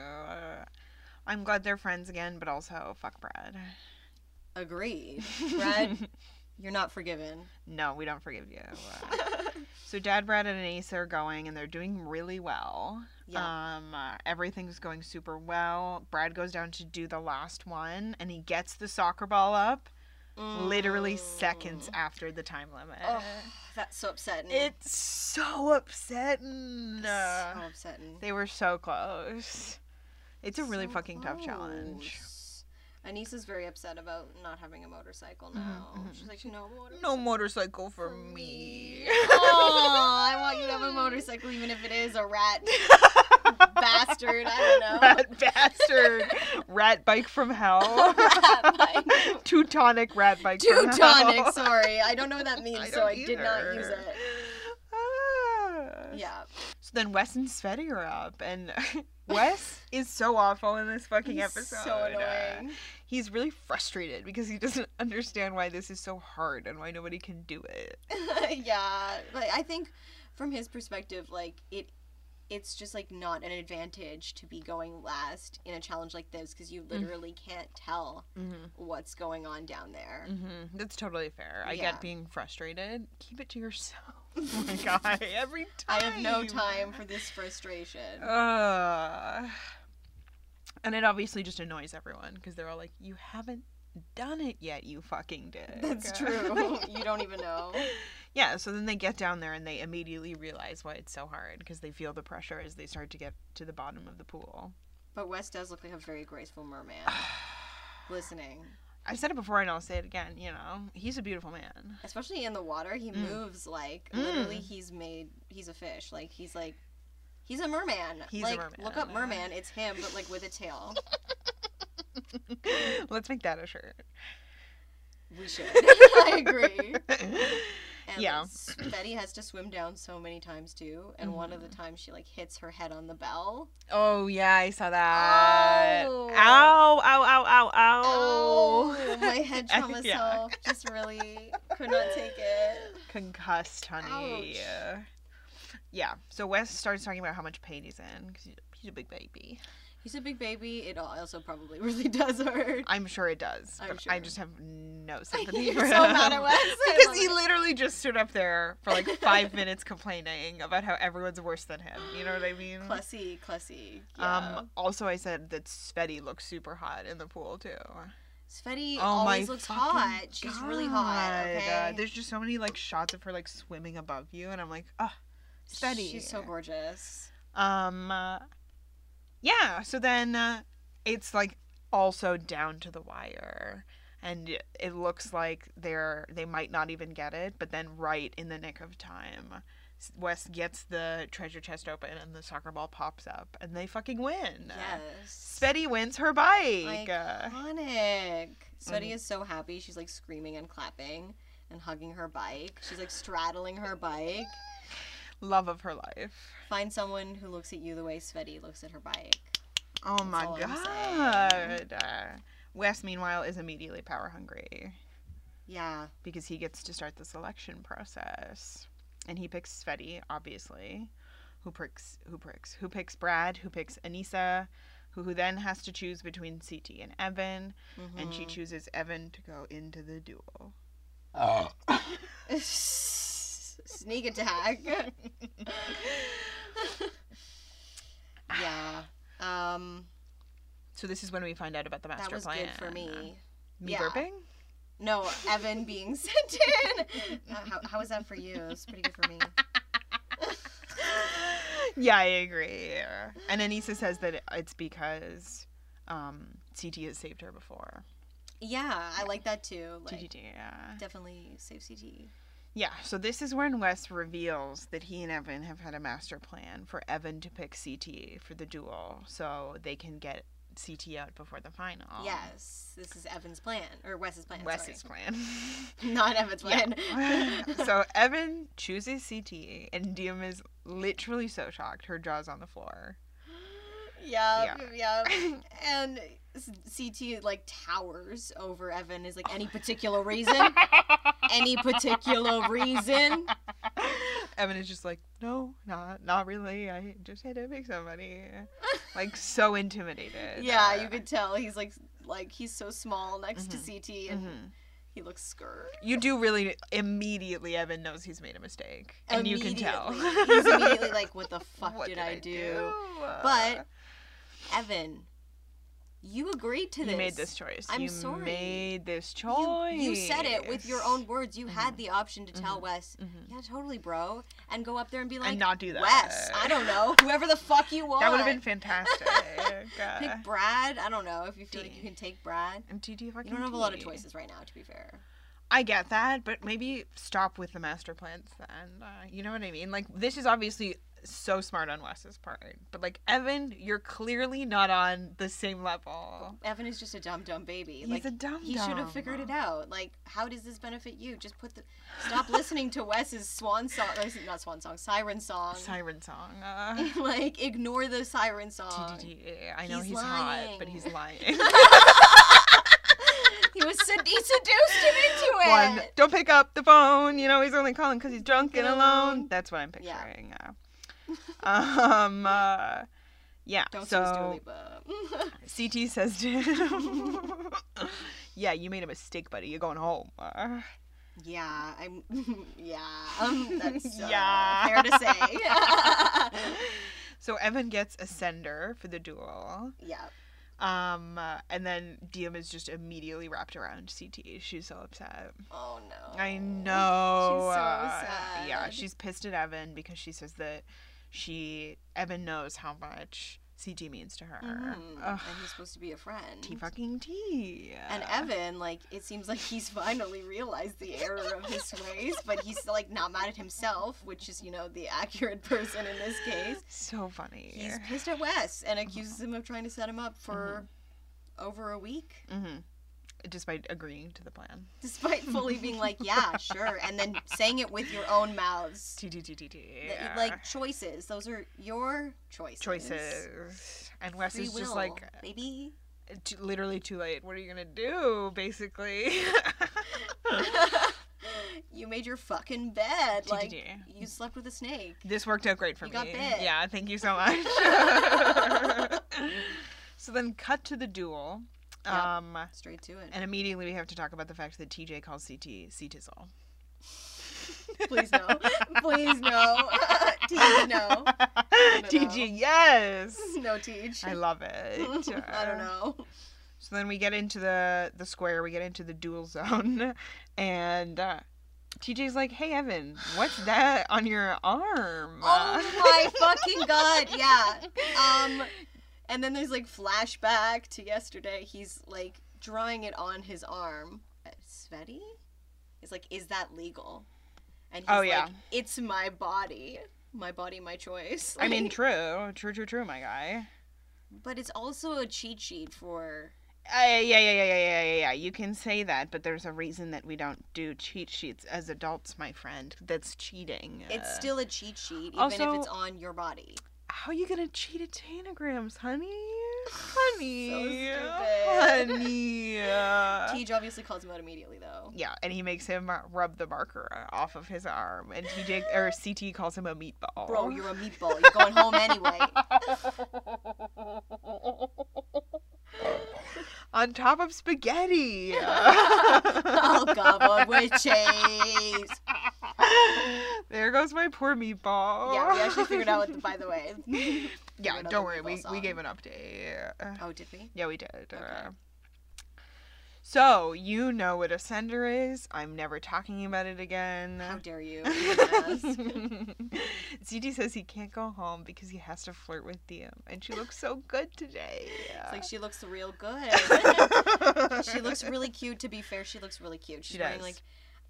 Speaker 1: I'm glad they're friends again, but also fuck Brad.
Speaker 2: Agreed. Brad, you're not forgiven.
Speaker 1: no, we don't forgive you. so Dad, Brad, and Anissa are going, and they're doing really well.
Speaker 2: yeah.
Speaker 1: Um, uh, everything's going super well. Brad goes down to do the last one, and he gets the soccer ball up Uh, literally seconds
Speaker 2: Mm.
Speaker 1: after the time limit.
Speaker 2: Oh, that's so upsetting.
Speaker 1: It's uh, so upsetting.
Speaker 2: so upsetting.
Speaker 1: They were so close. It's a really
Speaker 2: So
Speaker 1: fucking tough challenge.
Speaker 2: close. Anissa's very upset about not having a motorcycle now.
Speaker 1: mhm.
Speaker 2: She's like, no motorcycle.
Speaker 1: No motorcycle for me.
Speaker 2: oh, I want you to have a motorcycle, even if it is a rat bastard. I don't know.
Speaker 1: Rat bastard. rat bike from hell.
Speaker 2: Rat bike.
Speaker 1: Teutonic rat bike from hell.
Speaker 2: Teutonic. Sorry, I don't know what that means, so
Speaker 1: don't
Speaker 2: I did not use
Speaker 1: either.
Speaker 2: it.
Speaker 1: Ah.
Speaker 2: Yeah,
Speaker 1: So then Wes and Sveti are up, and Wes is so awful in this fucking
Speaker 2: He's
Speaker 1: episode.
Speaker 2: so
Speaker 1: Uh,
Speaker 2: annoying.
Speaker 1: he's really frustrated because he doesn't understand why this is so hard and why nobody can do it.
Speaker 2: yeah, like I think from his perspective, like it, it's just like not an advantage to be going last in a challenge like this because
Speaker 1: Mm.
Speaker 2: you literally can't tell
Speaker 1: Mm-hmm.
Speaker 2: what's going on down there.
Speaker 1: Mm-hmm. That's totally fair. I
Speaker 2: Yeah.
Speaker 1: get being frustrated. Keep it to yourself. Oh my god! Every time
Speaker 2: I have no time for this frustration.
Speaker 1: Oh Ugh. and it obviously just annoys everyone because they're all like, "You haven't done it yet, you fucking dick."
Speaker 2: That's true. you don't even know.
Speaker 1: yeah. So then they get down there and they immediately realize why it's so hard because they feel the pressure as they start to get to the bottom of the pool.
Speaker 2: But Wes does look like a very graceful merman. Listening,
Speaker 1: I've said it before and I'll say it again. You know, he's a beautiful man.
Speaker 2: especially in the water, he
Speaker 1: Mm.
Speaker 2: moves like
Speaker 1: Mm.
Speaker 2: literally he's made. He's a fish. Like he's like he's a merman.
Speaker 1: He's a
Speaker 2: like
Speaker 1: merman.
Speaker 2: look up merman. It's him, but like with a tail.
Speaker 1: Let's make that a shirt.
Speaker 2: We should. I agree. And
Speaker 1: Yeah.
Speaker 2: Betty has to swim down so many times too, and one of
Speaker 1: Mm-hmm.
Speaker 2: the times she like hits her head on the bell.
Speaker 1: Oh yeah, I saw that.
Speaker 2: Ow.
Speaker 1: Ow! Ow! Ow! Ow! Ow!
Speaker 2: Oh, my head
Speaker 1: I-
Speaker 2: trauma
Speaker 1: yeah.
Speaker 2: self just really could not take it.
Speaker 1: Concussed, honey.
Speaker 2: Ouch.
Speaker 1: Yeah. So Wes starts talking about how much pain he's in because he's a big baby.
Speaker 2: He's a big baby. It also probably really does hurt.
Speaker 1: I'm sure it does.
Speaker 2: I'm
Speaker 1: but
Speaker 2: sure.
Speaker 1: I just have no sympathy
Speaker 2: You're
Speaker 1: for
Speaker 2: so
Speaker 1: him.
Speaker 2: mad at Wes. I
Speaker 1: Because
Speaker 2: love
Speaker 1: he
Speaker 2: it.
Speaker 1: literally just stood up there for like five minutes complaining about how everyone's worse than him. You know what I mean?
Speaker 2: Clussy, clussy. Yeah.
Speaker 1: Um, also, I said that Sveti looks super hot in the pool too.
Speaker 2: Sveti
Speaker 1: Oh
Speaker 2: always
Speaker 1: my
Speaker 2: looks
Speaker 1: fucking
Speaker 2: hot. She's really hot.
Speaker 1: God.
Speaker 2: Okay.
Speaker 1: Uh, there's just so many like shots of her like swimming above you, and I'm like, oh, Sveti.
Speaker 2: She's so gorgeous.
Speaker 1: Um, uh, yeah. So then uh, it's like also down to the wire, and it- it looks like they're they might not even get it. But then right in the nick of time, S- Wes gets the treasure chest open, and the soccer ball pops up, and they fucking win.
Speaker 2: Yes.
Speaker 1: Spetty wins her bike. Uh,
Speaker 2: Iconic. Sweaty
Speaker 1: Mhm.
Speaker 2: is so happy. She's like screaming and clapping and hugging her bike. She's like straddling her bike.
Speaker 1: love of her life.
Speaker 2: Find someone who looks at you the way Sweaty looks at her bike.
Speaker 1: Oh my
Speaker 2: all I'm
Speaker 1: god. Uh, Wes, meanwhile, is immediately power hungry.
Speaker 2: Yeah.
Speaker 1: because he gets to start the selection process. And he picks Sveti, obviously, who picks who picks who picks Brad, who picks Anissa, who, who then has to choose between CT and Evan,
Speaker 2: Mm-hmm.
Speaker 1: and she chooses Evan to go into the duel.
Speaker 2: Mhm. Sneak attack. yeah. Um,
Speaker 1: So this is when we find out about the master
Speaker 2: that was
Speaker 1: plan.
Speaker 2: good for me.
Speaker 1: Me
Speaker 2: Yeah.
Speaker 1: burping?
Speaker 2: No, Evan being sent in. Uh, how, how was that for you? It's pretty good for me.
Speaker 1: yeah, I agree. And Anissa says that it's because um, CT has saved her before.
Speaker 2: Yeah, I like that too. Like,
Speaker 1: TGT, yeah.
Speaker 2: Definitely save CT.
Speaker 1: Yeah, so this is when Wes reveals that he and Evan have had a master plan for Evan to pick CT for the duel so they can get CT out before the final.
Speaker 2: Yes, this is Evan's plan or Wes's plan.
Speaker 1: Wes's plan.
Speaker 2: plan, not Evan's plan.
Speaker 1: so Evan chooses CT, and Diem is literally so shocked. Her jaw's on the floor.
Speaker 2: Yep, yep. And s- CT like towers over Evan. Is like any particular reason? any particular reason?
Speaker 1: Evan is just like, no, not not really. I just had to pick somebody. like so intimidated.
Speaker 2: Yeah, you could tell he's like like he's so small next to CT, and
Speaker 1: Mhm.
Speaker 2: he looks scared.
Speaker 1: You do really immediately. Evan knows he's made a mistake, and you can tell.
Speaker 2: Immediately. he's immediately like, "What the fuck
Speaker 1: What
Speaker 2: did, I, do?
Speaker 1: Uh,
Speaker 2: But Evan, you agreed to this.
Speaker 1: you made this choice.
Speaker 2: I'm
Speaker 1: you
Speaker 2: sorry.
Speaker 1: made this
Speaker 2: You,
Speaker 1: choice.
Speaker 2: you said it with your own words. You had the option to tell Wes,
Speaker 1: Mhm.
Speaker 2: yeah, totally, bro, and go up there and be like,
Speaker 1: and not do that.
Speaker 2: Wes, I don't know, whoever the fuck you want.
Speaker 1: That would have been fantastic. Uh,
Speaker 2: Pick Brad. I don't know if you feel like you
Speaker 1: Dang.
Speaker 2: can take Brad.
Speaker 1: and TD
Speaker 2: You
Speaker 1: fucking
Speaker 2: don't have a lot of
Speaker 1: T.
Speaker 2: choices right now, to be fair.
Speaker 1: I get that, but maybe stop with the master plans then. Uh, you know what I mean? Like, this is obviously so smart on Wes's part, but like, Evan, you're clearly not on the same level.
Speaker 2: Evan is just a dumb dumb baby.
Speaker 1: He's
Speaker 2: like
Speaker 1: a dumb.
Speaker 2: he should have figured it out. Like, how does this benefit you? Just put the stop listening to Wes's swan song. Not swan song, siren song.
Speaker 1: Siren song. Uh,
Speaker 2: like, ignore the siren song.
Speaker 1: TDD. I know
Speaker 2: He's
Speaker 1: he's, hot, but
Speaker 2: lying.
Speaker 1: he's lying.
Speaker 2: He was sed- he seduced him into it.
Speaker 1: One, don't pick up the phone. You know he's only calling because he's drunk and
Speaker 2: Get
Speaker 1: alone.
Speaker 2: alone.
Speaker 1: That's what I'm
Speaker 2: Yeah.
Speaker 1: picturing. Uh, um. uh, yeah.
Speaker 2: Don't
Speaker 1: so.
Speaker 2: so... Dua Lipa.
Speaker 1: CT says to him, Yeah, you made a mistake, buddy. You're going home. Uh,
Speaker 2: yeah, I'm. yeah, um, that's uh,
Speaker 1: Yeah.
Speaker 2: fair to say.
Speaker 1: so Evan gets a sender for the duel.
Speaker 2: yeah,
Speaker 1: Um, uh, and then Diem is just immediately wrapped around CT. She's so upset.
Speaker 2: Oh no.
Speaker 1: I know.
Speaker 2: She's so
Speaker 1: uh,
Speaker 2: sad.
Speaker 1: Yeah, she's pissed at Evan because she says that she, Evan knows how much CT means to her.
Speaker 2: Mhm.
Speaker 1: Ugh,
Speaker 2: And he's supposed to be a friend.
Speaker 1: T fucking T.
Speaker 2: and Evan, like, it seems like he's finally realized the error of his ways, but he's like not mad at himself, which is, you know, the accurate person in this case.
Speaker 1: So funny.
Speaker 2: He's pissed at Wes and accuses him of trying to set him up for
Speaker 1: Mm-hmm.
Speaker 2: over a week,
Speaker 1: hmm Despite agreeing to the plan.
Speaker 2: despite fully being like, "Yeah, sure," and then saying it with your own mouths.
Speaker 1: T T T T T.
Speaker 2: That- Like choices; those are your choices.
Speaker 1: choices. And Wes
Speaker 2: Free
Speaker 1: is just
Speaker 2: will,
Speaker 1: like, uh,
Speaker 2: baby.
Speaker 1: "T- literally too late. What are you gonna do? Basically.
Speaker 2: you made your fucking bed. Like
Speaker 1: TTD.
Speaker 2: you slept with a snake.
Speaker 1: this worked out great for
Speaker 2: You
Speaker 1: me.
Speaker 2: got bit.
Speaker 1: Yeah, thank you so much. so then, cut to the duel.
Speaker 2: Yep.
Speaker 1: Um,
Speaker 2: Straight to it.
Speaker 1: and immediately we have to talk about the fact that TJ calls CT C-tizzle.
Speaker 2: Please no. Please no. Teach no. no,
Speaker 1: TG, yes.
Speaker 2: No teach.
Speaker 1: I love it.
Speaker 2: I don't know.
Speaker 1: So then we get into the the square, we get into the duel zone, and uh, TJ's like, "Hey Evan, what's that on your arm?"
Speaker 2: Oh my fucking god. Yeah. Um and then there's like flashback to yesterday. He's like drawing it on his arm. Uh, Sveti? He's like, is that legal? And he's
Speaker 1: Oh, yeah.
Speaker 2: like, it's my body. My body, my choice.
Speaker 1: I mean,
Speaker 2: Like,
Speaker 1: true, true, true, true, my guy.
Speaker 2: but it's also a cheat sheet for
Speaker 1: Uh, yeah, yeah, yeah, yeah, yeah, yeah, yeah. You can say that, but there's a reason that we don't do cheat sheets as adults, my friend. That's cheating.
Speaker 2: it's
Speaker 1: Uh,
Speaker 2: still a cheat sheet, even
Speaker 1: also-
Speaker 2: if it's on your body.
Speaker 1: How are you gonna cheat at Tanagrams, honey? Honey,
Speaker 2: stupid.
Speaker 1: honey. Uh,
Speaker 2: Teej obviously calls him out immediately though.
Speaker 1: Yeah, and he makes him rub the marker uh, off of his arm, and TJ or CT calls him a meatball.
Speaker 2: Bro, you're a meatball. You're going home anyway.
Speaker 1: on top of spaghetti.
Speaker 2: oh god, with cheese.
Speaker 1: there goes my poor meatball.
Speaker 2: Yeah, we actually figured out. What the, by the way.
Speaker 1: Yeah,
Speaker 2: another
Speaker 1: don't worry,
Speaker 2: meatball
Speaker 1: we, we
Speaker 2: song.
Speaker 1: gave an update.
Speaker 2: Oh, did we?
Speaker 1: Yeah, we did. Uh, so you know what a sender is. I'm never talking about it again.
Speaker 2: How dare you? Yes.
Speaker 1: ZD says he can't go home because he has to flirt with Diem, and she looks so good today.
Speaker 2: It's like she looks real good. she looks really cute. To be fair, she looks really cute. She's
Speaker 1: She
Speaker 2: wearing
Speaker 1: does.
Speaker 2: like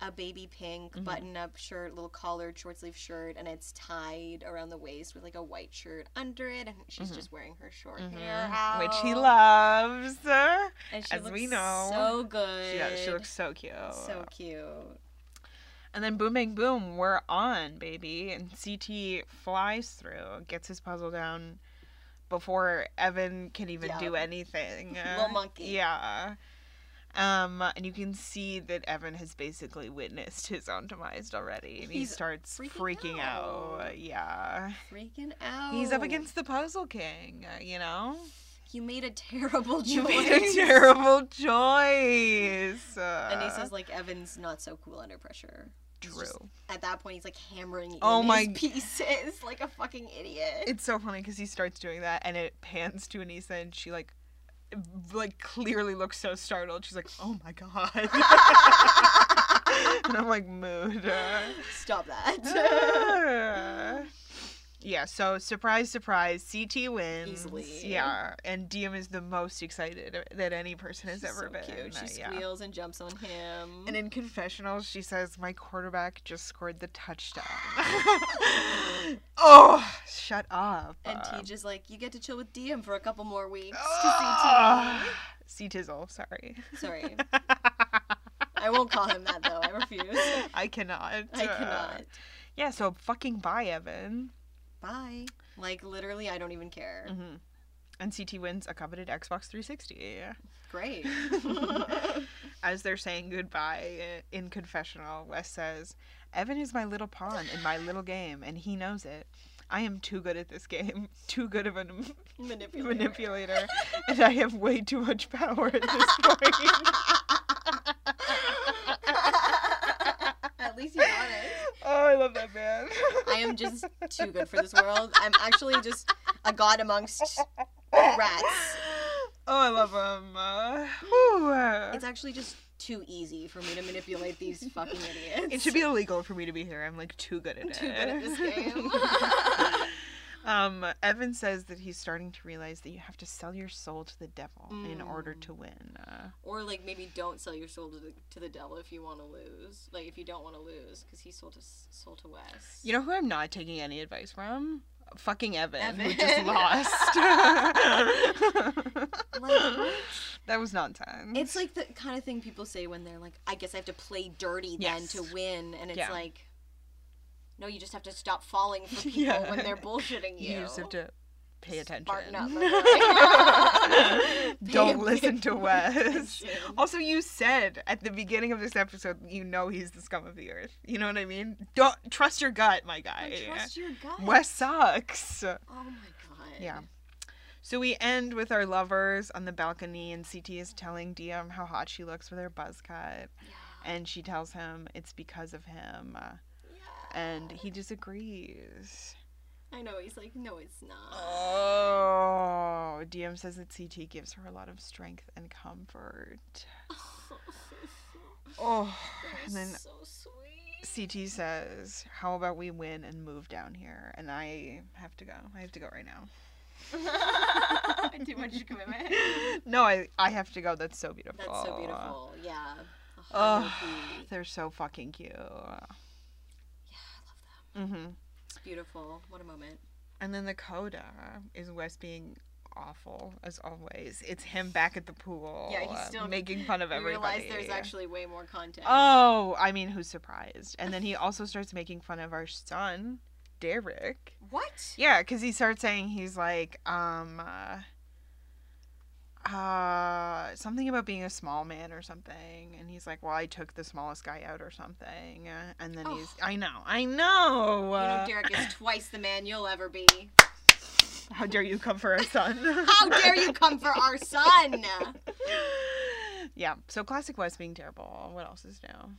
Speaker 2: a baby pink
Speaker 1: Mhm.
Speaker 2: button-up shirt, little collared short sleeve shirt, and it's tied around the waist with like a white shirt under it, and she's
Speaker 1: Mhm.
Speaker 2: just wearing her short hair,
Speaker 1: Mhm. which he
Speaker 2: out,
Speaker 1: loves.
Speaker 2: And she
Speaker 1: as
Speaker 2: looks
Speaker 1: we know.
Speaker 2: so good.
Speaker 1: She does. She looks so cute.
Speaker 2: so cute.
Speaker 1: And then boom, bang, boom, we're on, baby. And CT flies through, gets his puzzle down before Evan can even
Speaker 2: Yeah.
Speaker 1: do anything.
Speaker 2: Little monkey.
Speaker 1: Yeah. Um, and you can see that Evan has basically witnessed his own demise already, and he
Speaker 2: He's
Speaker 1: starts freaking,
Speaker 2: freaking
Speaker 1: out.
Speaker 2: out. Oh.
Speaker 1: Yeah,
Speaker 2: Freaking out.
Speaker 1: he's up against the Puzzle King. uh, You know,
Speaker 2: You made a terrible choice.
Speaker 1: you made a terrible choice.
Speaker 2: And he says
Speaker 1: Uh,
Speaker 2: like Evan's not so cool under pressure. He's
Speaker 1: "True."
Speaker 2: just- At that point, he's like hammering
Speaker 1: Oh
Speaker 2: in
Speaker 1: my-
Speaker 2: his pieces like a fucking idiot.
Speaker 1: It's so funny because he starts doing that, and it pans to Anissa, and she like, like clearly looks so startled. She's like, "Oh my god," and I'm like, "Mood." uh,
Speaker 2: Stop that.
Speaker 1: yeah. So surprise, surprise, CT wins.
Speaker 2: Easily.
Speaker 1: Yeah, and Diem is the most excited that any person has
Speaker 2: She's
Speaker 1: ever
Speaker 2: so
Speaker 1: been. uh,
Speaker 2: Cute. She
Speaker 1: yeah.
Speaker 2: squeals and jumps on him.
Speaker 1: And in confessionals, she says, "My quarterback just scored the touchdown." oh, shut up.
Speaker 2: and
Speaker 1: Uh,
Speaker 2: Tej is like, you get to chill with DM for a couple more weeks to
Speaker 1: Ah! Uh, C Tizzle, sorry.
Speaker 2: see T. Sorry. I won't call him that though. I refuse.
Speaker 1: I cannot.
Speaker 2: I
Speaker 1: uh,
Speaker 2: cannot.
Speaker 1: Yeah, so fucking bye, Evan.
Speaker 2: Bye. Like literally, I don't even care.
Speaker 1: hmm And CT wins a coveted Xbox 360.
Speaker 2: Great.
Speaker 1: As they're saying goodbye in confessional, Wes says, Evan is my little pawn in my little game, and he knows it. I am too good at this game, too good of a m-
Speaker 2: Manipulator.
Speaker 1: manipulator, and I have way too much power at this point.
Speaker 2: At least you're honest.
Speaker 1: Oh, I love that man.
Speaker 2: I am just too good for this world. I'm actually just a god amongst rats.
Speaker 1: Oh, I love him. Uh, whew, uh,
Speaker 2: It's actually just too easy for me to manipulate these fucking idiots.
Speaker 1: it should be illegal for me to be here. I'm like too good at it.
Speaker 2: too good at this game.
Speaker 1: um, Evan says that he's starting to realize that you have to sell your soul to the devil in order
Speaker 2: Mm.
Speaker 1: to win. Uh,
Speaker 2: or like maybe don't sell your soul to the, to the devil if you want to lose. Like if you don't want to lose, because he sold his soul to Wes.
Speaker 1: you know who I'm not taking any advice from? Fucking Evan, who just
Speaker 2: Evan.
Speaker 1: lost.
Speaker 2: Like, what?
Speaker 1: that was nonsense.
Speaker 2: It's like the kind of thing people say when they're like, I guess I have to play dirty
Speaker 1: Yes.
Speaker 2: then to win. And it's
Speaker 1: Yeah.
Speaker 2: like, no, you just have to stop falling for people
Speaker 1: Yeah.
Speaker 2: when they're bullshitting you.
Speaker 1: you just have to pay attention.
Speaker 2: Smarten up, my boy.
Speaker 1: Don't
Speaker 2: Pay
Speaker 1: listen to Wes.
Speaker 2: attention.
Speaker 1: Also, you said at the beginning of this episode, that you know he's the scum of the earth. You know what I mean? Don't trust your gut, my guy.
Speaker 2: Like, Trust your gut.
Speaker 1: Wes sucks.
Speaker 2: Oh my god.
Speaker 1: Yeah. So we end with our lovers on the balcony, and CT is telling Diem how hot she looks with her buzz cut,
Speaker 2: Yeah.
Speaker 1: and she tells him it's because of him, uh,
Speaker 2: Yeah.
Speaker 1: and he disagrees.
Speaker 2: I know. He's like, no, it's not.
Speaker 1: Oh, Diem says that CT gives her a lot of strength and comfort. Oh,
Speaker 2: That
Speaker 1: and
Speaker 2: was
Speaker 1: then
Speaker 2: so sweet.
Speaker 1: CT says, "How about we win and move down here?" And I have to go. I have to go right now.
Speaker 2: Too much commitment.
Speaker 1: No, I I have to go. That's so beautiful.
Speaker 2: That's so beautiful. Yeah.
Speaker 1: Oh,
Speaker 2: Oh, yeah,
Speaker 1: they're so fucking cute.
Speaker 2: I love that.
Speaker 1: hmm
Speaker 2: It's beautiful. What a moment.
Speaker 1: And then the coda is Wes being awful as always. It's him back at the pool.
Speaker 2: Yeah, he's
Speaker 1: uh,
Speaker 2: still-
Speaker 1: making fun of
Speaker 2: We
Speaker 1: everybody.
Speaker 2: Oh, realize there's actually way more content.
Speaker 1: Oh, I mean, who's surprised? And then he also starts making fun of our son, Derek.
Speaker 2: what?
Speaker 1: Yeah, because he starts saying he's like, um, uh, uh, something about being a small man or something. And he's like, well, I took the smallest guy out or something. Uh, And then
Speaker 2: Oh.
Speaker 1: he's, I know, I know.
Speaker 2: You know,
Speaker 1: uh,
Speaker 2: Derek is twice the man you'll ever be.
Speaker 1: How dare you come for our son?
Speaker 2: How dare you come for our son?
Speaker 1: yeah, so classic West being terrible. What else is new?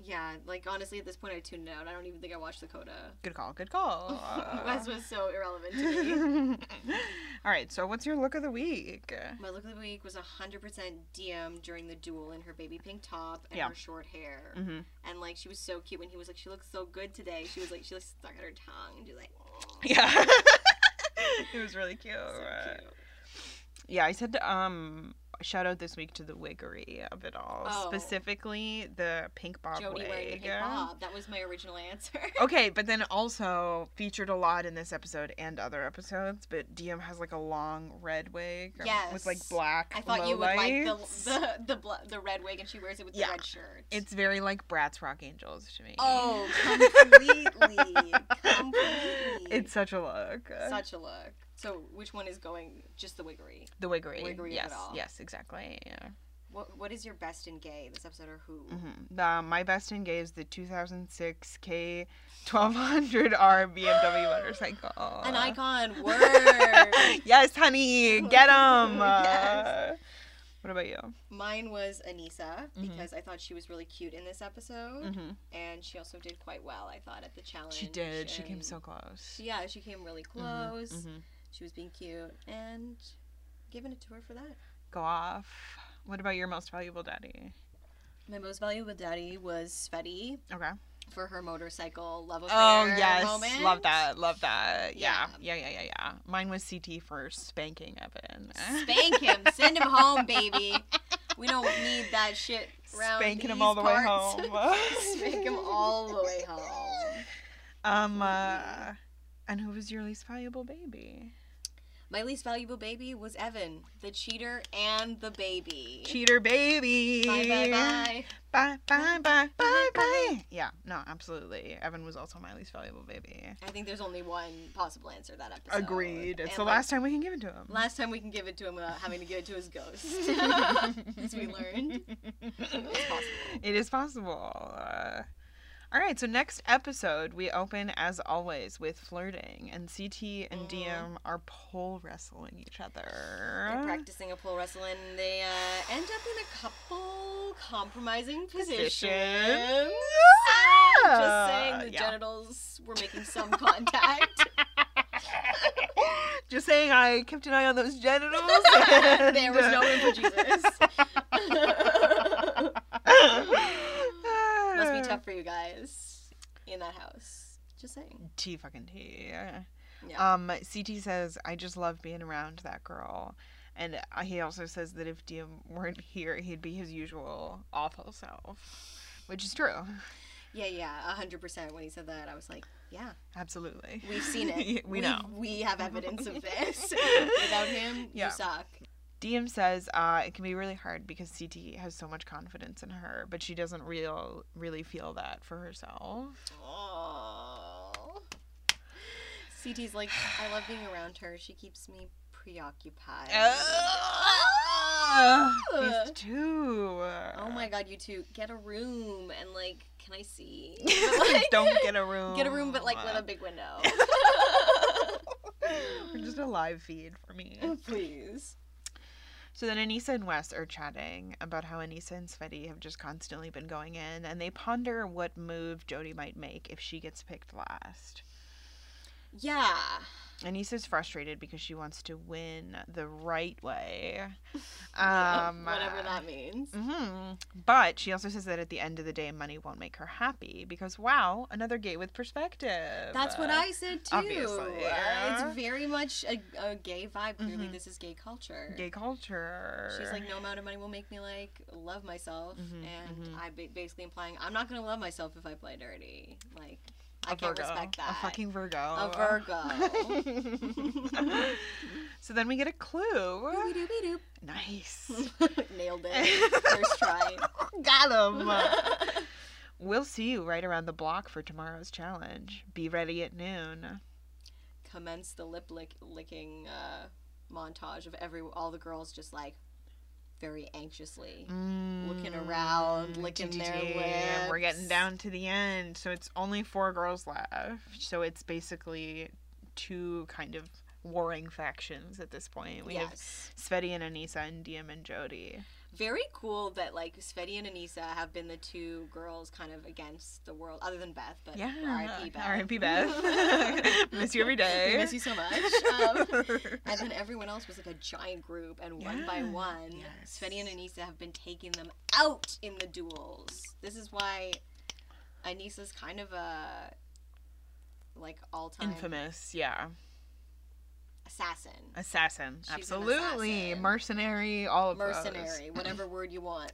Speaker 2: Yeah, like honestly, at this point, I tuned out. I don't even think I watched the Coda.
Speaker 1: Good call. Good call.
Speaker 2: Wes was so irrelevant to me.
Speaker 1: All right. So, what's your look of the week?
Speaker 2: My look of the week was 100% DM during the duel in her baby pink top and
Speaker 1: Yeah.
Speaker 2: her short hair.
Speaker 1: Mm-hmm.
Speaker 2: And like, she was so cute when he was like, she looks so good today. She was like, she like stuck at her tongue and she was like,
Speaker 1: Yeah. it was really cute.
Speaker 2: so cute.
Speaker 1: Yeah, I said um shout out this week to the wiggery of it all,
Speaker 2: Oh.
Speaker 1: specifically the pink bob
Speaker 2: Jody
Speaker 1: wig.
Speaker 2: wearing the pink bob. That was my original answer.
Speaker 1: Okay, but then also featured a lot in this episode and other episodes. But DM has like a long red wig um, with like
Speaker 2: Yes.
Speaker 1: black.
Speaker 2: I thought you would
Speaker 1: lowlights.
Speaker 2: like the the, the bl- the red wig, and she wears it with
Speaker 1: Yeah.
Speaker 2: the red shirt.
Speaker 1: It's very like Bratz Rock Angels to me.
Speaker 2: oh, completely, completely.
Speaker 1: it's such a look.
Speaker 2: such a look. So, which one is going? Just the wiggery.
Speaker 1: the wiggery.
Speaker 2: wiggery of it
Speaker 1: yes,
Speaker 2: all.
Speaker 1: yes, exactly. Yeah.
Speaker 2: What What is your best in gay this episode, or who?
Speaker 1: Mhm. The, my best in gay is the 2006 K1200R BMW motorcycle.
Speaker 2: An icon. Word.
Speaker 1: yes, honey, get them.
Speaker 2: Yes.
Speaker 1: What about you?
Speaker 2: Mine was Anissa
Speaker 1: Mhm.
Speaker 2: because I thought she was really cute in this episode,
Speaker 1: hmm
Speaker 2: and she also did quite well. I thought at the challenge.
Speaker 1: She did. She came
Speaker 2: and-
Speaker 1: so close.
Speaker 2: Yeah, she came really
Speaker 1: Mhm,
Speaker 2: close.
Speaker 1: mhm.
Speaker 2: She was being cute, and giving it to her for that.
Speaker 1: Go off. What about your most valuable daddy?
Speaker 2: My most valuable daddy was Sveti
Speaker 1: Okay.
Speaker 2: for her motorcycle love affair
Speaker 1: Oh yes,
Speaker 2: moment.
Speaker 1: love that, love that. Yeah.
Speaker 2: Yeah.
Speaker 1: yeah, yeah, yeah, yeah. Mine was CT for spanking Evan.
Speaker 2: Spank him, send him home, baby. We don't need that shit. Round
Speaker 1: Spanking him
Speaker 2: these
Speaker 1: all the way
Speaker 2: parts.
Speaker 1: home.
Speaker 2: Spank him all the way home.
Speaker 1: Um, uh, and who was your least valuable baby?
Speaker 2: My least valuable baby was Evan, the cheater and the baby.
Speaker 1: Cheater baby.
Speaker 2: Bye bye bye.
Speaker 1: Bye bye bye bye bye. Yeah, no, absolutely. Evan was also my least valuable baby.
Speaker 2: I think there's only one possible answer that episode.
Speaker 1: Agreed. It's
Speaker 2: And,
Speaker 1: the
Speaker 2: like,
Speaker 1: last time we can give it to him.
Speaker 2: Last time we can give it to him without having to give it to his ghost. As we learned. It's possible.
Speaker 1: It is possible. Uh, all right, so next episode we open as always with flirting, and CT and
Speaker 2: Mhm.
Speaker 1: DM are pole wrestling each
Speaker 2: They're
Speaker 1: other.
Speaker 2: practicing a pole wrestle and they uh, end up in a couple compromising
Speaker 1: Positions.
Speaker 2: positions. Just saying the
Speaker 1: Uh, Yeah.
Speaker 2: genitals were making some contact.
Speaker 1: Just saying, I kept an eye on those genitals. and,
Speaker 2: there was no room for Jesus.
Speaker 1: uh,
Speaker 2: Must be tough for you guys in that house. Just saying.
Speaker 1: T fucking T.
Speaker 2: Yeah.
Speaker 1: Um, CT says, I just love being around that girl. And uh, he also says that if DM weren't here, he'd be his usual awful self, which is true.
Speaker 2: yeah, yeah, hundred percent. When he said that, I was like, yeah,
Speaker 1: Absolutely.
Speaker 2: we've seen it.
Speaker 1: we know.
Speaker 2: We have evidence of this. Without him,
Speaker 1: Yeah.
Speaker 2: you suck.
Speaker 1: DM says uh, it can be really hard because CT has so much confidence in her, but she doesn't real really feel that for herself.
Speaker 2: Oh. CT's like, I love being around her. She keeps me preoccupied.
Speaker 1: Oh. These two.
Speaker 2: Oh my god, you two, get a room and like, can I see?
Speaker 1: Don't get a room.
Speaker 2: Get a room, but like with a big window.
Speaker 1: Or just a live feed for me.
Speaker 2: Please.
Speaker 1: So then Anissa and Wes are chatting about how Anissa and Sveti have just constantly been going in, and they ponder what move Jody might make if she gets picked last.
Speaker 2: Yeah.
Speaker 1: Anissa's frustrated because she wants to win the right way. Um,
Speaker 2: Whatever that means.
Speaker 1: hmm But she also says that at the end of the day, money won't make her happy because, wow, another gay with perspective.
Speaker 2: That's what I said too.
Speaker 1: obviously,
Speaker 2: Uh,
Speaker 1: yeah.
Speaker 2: It's very much a, a gay vibe. Clearly,
Speaker 1: Mhm.
Speaker 2: this is gay culture.
Speaker 1: Gay culture.
Speaker 2: She's like, no amount of money will make me like love myself,
Speaker 1: Mhm,
Speaker 2: and
Speaker 1: mhm.
Speaker 2: I ba- basically implying I'm not gonna love myself if I play dirty. Like I I can't respect that.
Speaker 1: A fucking Virgo.
Speaker 2: a Virgo.
Speaker 1: so then we get a clue.
Speaker 2: Doobie-doobie-doop.
Speaker 1: Nice.
Speaker 2: Nailed it. First try.
Speaker 1: Got him. we'll see you right around the block for tomorrow's challenge. Be ready at noon.
Speaker 2: Commence the lip lick- licking uh, montage of every all the girls just like very anxiously. Mm. Looking around,
Speaker 1: Mm,
Speaker 2: licking
Speaker 1: TTT.
Speaker 2: their
Speaker 1: We're getting
Speaker 2: lips.
Speaker 1: down to the end, so it's only four girls left. So it's basically two kind of warring factions at this point. We have
Speaker 2: yes.
Speaker 1: Sveti and Anissa and DM and Jody.
Speaker 2: very cool that like Sveti and Anissa have been the two girls kind of against the world, other than Beth, but
Speaker 1: Yeah.
Speaker 2: R.I.P. Beth.
Speaker 1: R.I.P. Beth. Miss you every day.
Speaker 2: We miss you so much. Um, and then everyone else was like a giant group, and one by
Speaker 1: Yeah.
Speaker 2: one,
Speaker 1: Yes.
Speaker 2: Sveti and Anissa have been taking them out in the duels. This is why Anissa's kind of a like all time
Speaker 1: Infamous, yeah.
Speaker 2: assassin,
Speaker 1: Assassin.
Speaker 2: She's an
Speaker 1: Absolutely.
Speaker 2: assassin.
Speaker 1: Mercenary, all of those.
Speaker 2: mercenary, whatever word you want.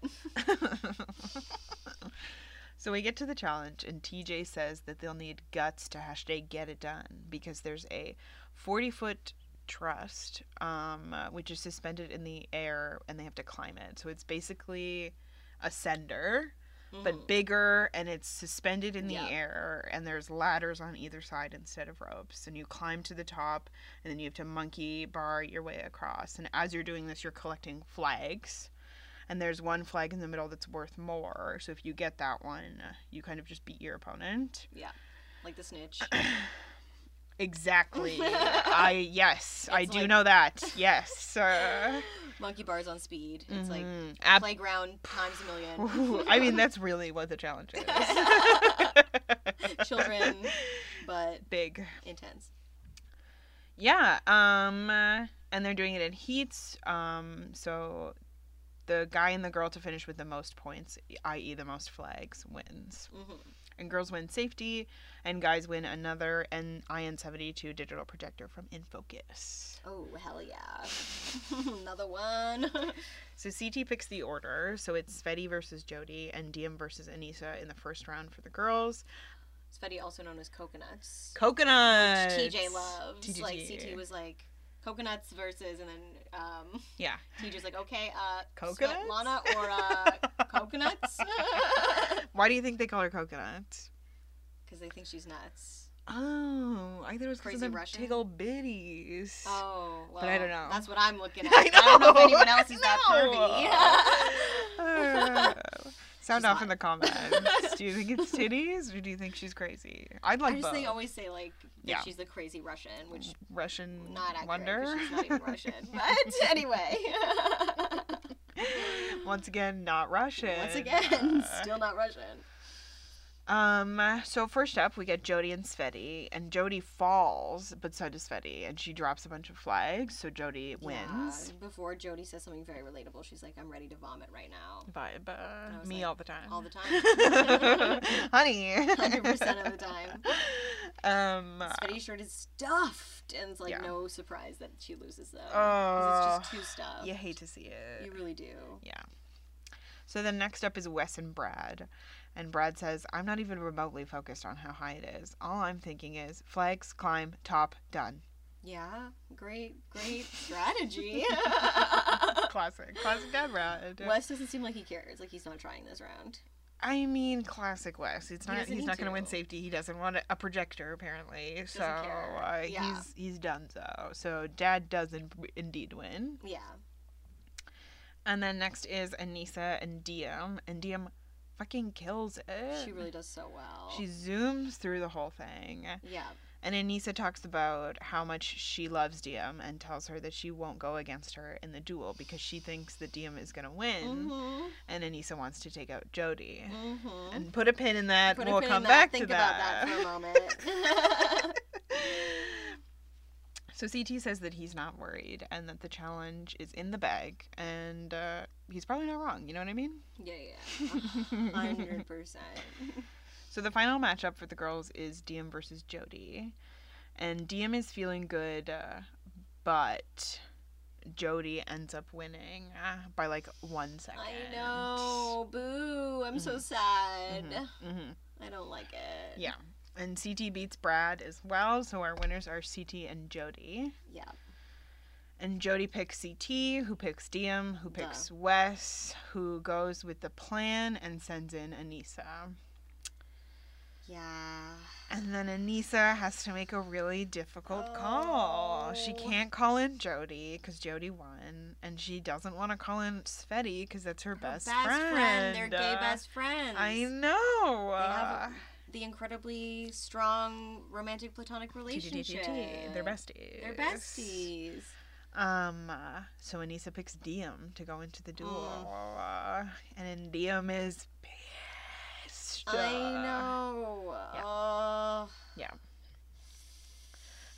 Speaker 1: so we get to the challenge, and TJ says that they'll need guts to hashtag get it done because there's a 40 foot trust, um, uh, which is suspended in the air and they have to climb it. So it's basically a sender, but
Speaker 2: Mhm.
Speaker 1: bigger, and it's suspended in the
Speaker 2: Yeah.
Speaker 1: air, and there's ladders on either side instead of ropes. And you climb to the top, and then you have to monkey bar your way across. And as you're doing this, you're collecting flags and there's one flag in the middle that's worth more. So if you get that one, uh, you kind of just beat your opponent.
Speaker 2: yeah, like the snitch.
Speaker 1: Exactly. I yes, I
Speaker 2: It's
Speaker 1: do
Speaker 2: like-
Speaker 1: know that. Yes, sir.
Speaker 2: Monkey bars on speed. It's like
Speaker 1: Mhm. Ab-
Speaker 2: playground times a
Speaker 1: Ooh,
Speaker 2: million.
Speaker 1: I mean, that's really what the challenge is.
Speaker 2: children, but
Speaker 1: Big.
Speaker 2: intense.
Speaker 1: Yeah. Um, uh, and they're doing it in heats. Um, so the guy and the girl to finish with the most points, i.e., the most flags, wins.
Speaker 2: hmm
Speaker 1: and girls win safety and guys win another and IN72 digital projector from InFocus.
Speaker 2: Oh hell yeah! Another one.
Speaker 1: So CT picks the order, so it's Sveti versus Jody and DM versus Anissa in the first round for the girls.
Speaker 2: Sveti, also known as coconuts.
Speaker 1: Coconut.
Speaker 2: TJ loves. Like CT was like coconuts versus, and then um,
Speaker 1: Yeah.
Speaker 2: TJ's like, okay, uh,
Speaker 1: Coconuts?
Speaker 2: Lana or uh, coconuts,
Speaker 1: Why do you think they call her Coconut?
Speaker 2: because they think she's nuts.
Speaker 1: Oh, I thought it was because of
Speaker 2: Crazy
Speaker 1: them
Speaker 2: Russian?
Speaker 1: tickle bitties.
Speaker 2: Oh, well,
Speaker 1: But I don't know.
Speaker 2: That's what I'm looking at.
Speaker 1: I
Speaker 2: I don't know
Speaker 1: know.
Speaker 2: if anyone else is that
Speaker 1: No.
Speaker 2: pervy.
Speaker 1: Uh, sound
Speaker 2: She's
Speaker 1: off
Speaker 2: hot.
Speaker 1: in the comments. do you think it's titties or do you think she's crazy? I'd
Speaker 2: I
Speaker 1: like
Speaker 2: just
Speaker 1: both.
Speaker 2: they always say like that
Speaker 1: Yeah.
Speaker 2: she's the crazy Russian, which
Speaker 1: Russian
Speaker 2: not accurate.
Speaker 1: wonder.
Speaker 2: 'cause She's not even Russian. But anyway,
Speaker 1: Once again, not Russian.
Speaker 2: once again,
Speaker 1: Uh,
Speaker 2: still not Russian.
Speaker 1: Um. So first up, we get Jody and Sveti, and Jody falls, but so does Sveti, and she drops a bunch of flags, so Jody wins.
Speaker 2: Yeah, before Jody says something very relatable, she's like, "I'm ready to vomit right now."
Speaker 1: Vibe.
Speaker 2: I
Speaker 1: Uh,
Speaker 2: was
Speaker 1: me
Speaker 2: like,
Speaker 1: all the time.
Speaker 2: all the time.
Speaker 1: Honey.
Speaker 2: 100% of the time.
Speaker 1: Um.
Speaker 2: Spitty shirt is stuffed, and it's like
Speaker 1: Yeah.
Speaker 2: no surprise that she loses though.
Speaker 1: Oh,
Speaker 2: it's just too stuffed.
Speaker 1: you hate to see it.
Speaker 2: You really do.
Speaker 1: So then next up is Wes and Brad. And Brad says, I'm not even remotely focused on how high it is. All I'm thinking is flags, climb, top, done.
Speaker 2: Yeah, great, great strategy.
Speaker 1: Classic. Classic dad Brad.
Speaker 2: Wes doesn't seem like he cares. Like he's not trying this round.
Speaker 1: I mean classic Wes. It's
Speaker 2: He
Speaker 1: not
Speaker 2: doesn't
Speaker 1: he's
Speaker 2: need
Speaker 1: not gonna win
Speaker 2: to.
Speaker 1: safety. He doesn't want a- a projector apparently. So
Speaker 2: care.
Speaker 1: uh,
Speaker 2: Yeah.
Speaker 1: he's he's done so. So dad does in- indeed win.
Speaker 2: Yeah.
Speaker 1: And then next is Anissa and Diem. And Diem fucking kills it.
Speaker 2: She really does so well.
Speaker 1: she zooms through the whole thing.
Speaker 2: yeah.
Speaker 1: And Anissa talks about how much she loves Diem and tells her that she won't go against her in the duel because she thinks that Diem is going to win
Speaker 2: Mhm.
Speaker 1: and Anissa wants to take out Jody.
Speaker 2: Mhm.
Speaker 1: And put a pin in that.
Speaker 2: Put a
Speaker 1: we'll
Speaker 2: pin in
Speaker 1: come
Speaker 2: that.
Speaker 1: back
Speaker 2: Think
Speaker 1: to that.
Speaker 2: about that for a moment.
Speaker 1: so CT says that he's not worried and that the challenge is in the bag and uh, he's probably not wrong. You know what I mean?
Speaker 2: yeah, yeah. Hundred percent.
Speaker 1: So the final matchup for the girls is Diem versus Jody. And Diem is feeling good, uh, but Jody ends up winning uh, by like one second.
Speaker 2: I know. Boo. I'm so sad.
Speaker 1: hmm
Speaker 2: I don't like it.
Speaker 1: Mm-hmm. Yeah. And CT beats Brad as well. So our winners are CT and Jody.
Speaker 2: Yeah.
Speaker 1: And Jody picks CT, who picks Diem, who picks Wes, who goes with the plan and sends in Anissa.
Speaker 2: Yeah.
Speaker 1: And then Anissa has to make a really difficult call. She
Speaker 2: Oh.
Speaker 1: can't call in Jody because Jody won, and she doesn't want to call in Sveti because that's her,
Speaker 2: Her
Speaker 1: best, friend.
Speaker 2: They're gay
Speaker 1: Uh,
Speaker 2: best friends.
Speaker 1: I know.
Speaker 2: They have
Speaker 1: Uh,
Speaker 2: the incredibly strong romantic platonic
Speaker 1: TTTTT,
Speaker 2: relationship.
Speaker 1: They're besties.
Speaker 2: They're besties.
Speaker 1: Um, uh, so Anissa picks Diem to go into the
Speaker 2: Mm.
Speaker 1: duel, and Diem is pissed.
Speaker 2: I know.
Speaker 1: Yeah.
Speaker 2: Oh,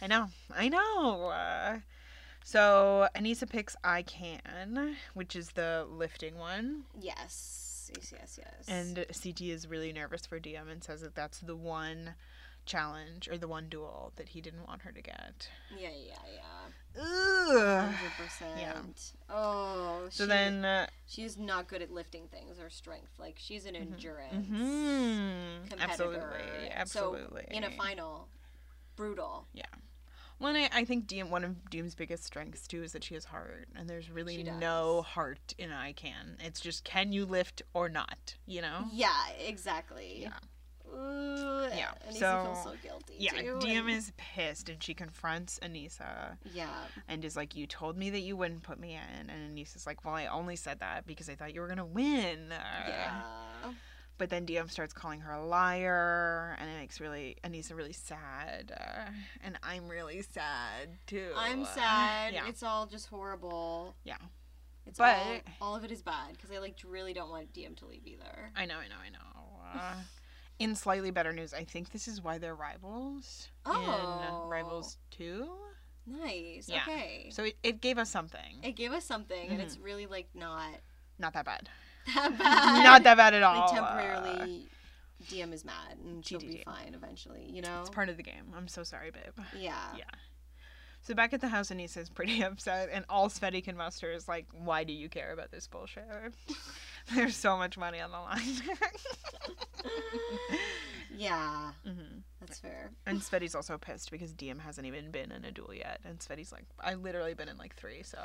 Speaker 1: I know. I know. Uh, so Anissa picks I Can, which is the lifting one.
Speaker 2: yes. Yes, yes, yes.
Speaker 1: And CT is really nervous for DM and says that that's the one challenge or the one duel that he didn't want her to get.
Speaker 2: yeah, yeah, yeah.
Speaker 1: Ugh.
Speaker 2: 100%. Oh,
Speaker 1: So
Speaker 2: she-
Speaker 1: then, uh,
Speaker 2: she's not good at lifting things or strength. Like she's an endurance
Speaker 1: mhm,
Speaker 2: competitor.
Speaker 1: Mm-hmm. absolutely, absolutely.
Speaker 2: So in a final, brutal.
Speaker 1: Well, and I, I think Diem, one of Diem's biggest strengths too is that she has heart, and there's really
Speaker 2: She
Speaker 1: no
Speaker 2: does.
Speaker 1: heart in I Can. It's just can you lift or not, you know?
Speaker 2: Yeah, exactly.
Speaker 1: Oh. Yeah.
Speaker 2: Ooh,
Speaker 1: Yeah,
Speaker 2: Anissa
Speaker 1: so-
Speaker 2: feels so guilty.
Speaker 1: Yeah,
Speaker 2: too,
Speaker 1: Diem
Speaker 2: and-
Speaker 1: is pissed and she confronts Anissa
Speaker 2: Yeah,
Speaker 1: and is like, You told me that you wouldn't put me in. And Anissa's like, Well, I only said that because I thought you were going to win.
Speaker 2: yeah.
Speaker 1: But then Diem starts calling her a liar and it makes really Anissa really sad. Uh, and I'm really sad too.
Speaker 2: I'm
Speaker 1: Uh,
Speaker 2: sad.
Speaker 1: Yeah.
Speaker 2: It's all just horrible.
Speaker 1: Yeah.
Speaker 2: It's
Speaker 1: But-
Speaker 2: all, all of it is bad because I like really don't want DM to leave either.
Speaker 1: I know, I know, I know. Uh, in slightly better news, I think this is why they're rivals
Speaker 2: Oh.
Speaker 1: in Rivals 2.
Speaker 2: Nice.
Speaker 1: Yeah.
Speaker 2: Okay.
Speaker 1: So it, it gave us something.
Speaker 2: it gave us something, and it's really like not
Speaker 1: Not that bad.
Speaker 2: that bad.
Speaker 1: Not that bad at all.
Speaker 2: Like
Speaker 1: Uh,
Speaker 2: temporarily, DM is mad, and she'll be
Speaker 1: GDD.
Speaker 2: fine eventually. You know.
Speaker 1: uh, It's part of the game. I'm so sorry, babe.
Speaker 2: yeah.
Speaker 1: Yeah. So back at the house, Anissa is pretty upset, and all Svetty can muster is like, "Why do you care about this bullshit? There's so much money on the line."
Speaker 2: Yeah.
Speaker 1: Mhm.
Speaker 2: That's fair.
Speaker 1: And Svetty's also pissed because Diem hasn't even been in a duel yet, and Svetty's like, "I literally been in like three, so."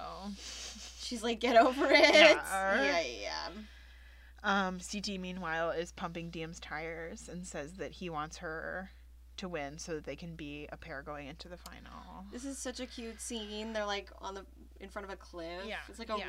Speaker 2: She's like, get over it. Yeah.
Speaker 1: Yeah.
Speaker 2: Yeah.
Speaker 1: Um, CT meanwhile is pumping Diem's tires and says that he wants her to win so that they can be a pair going into the final.
Speaker 2: This is such a cute scene. They're like on the in front of a cliff.
Speaker 1: Yeah,
Speaker 2: It's like a
Speaker 1: yeah.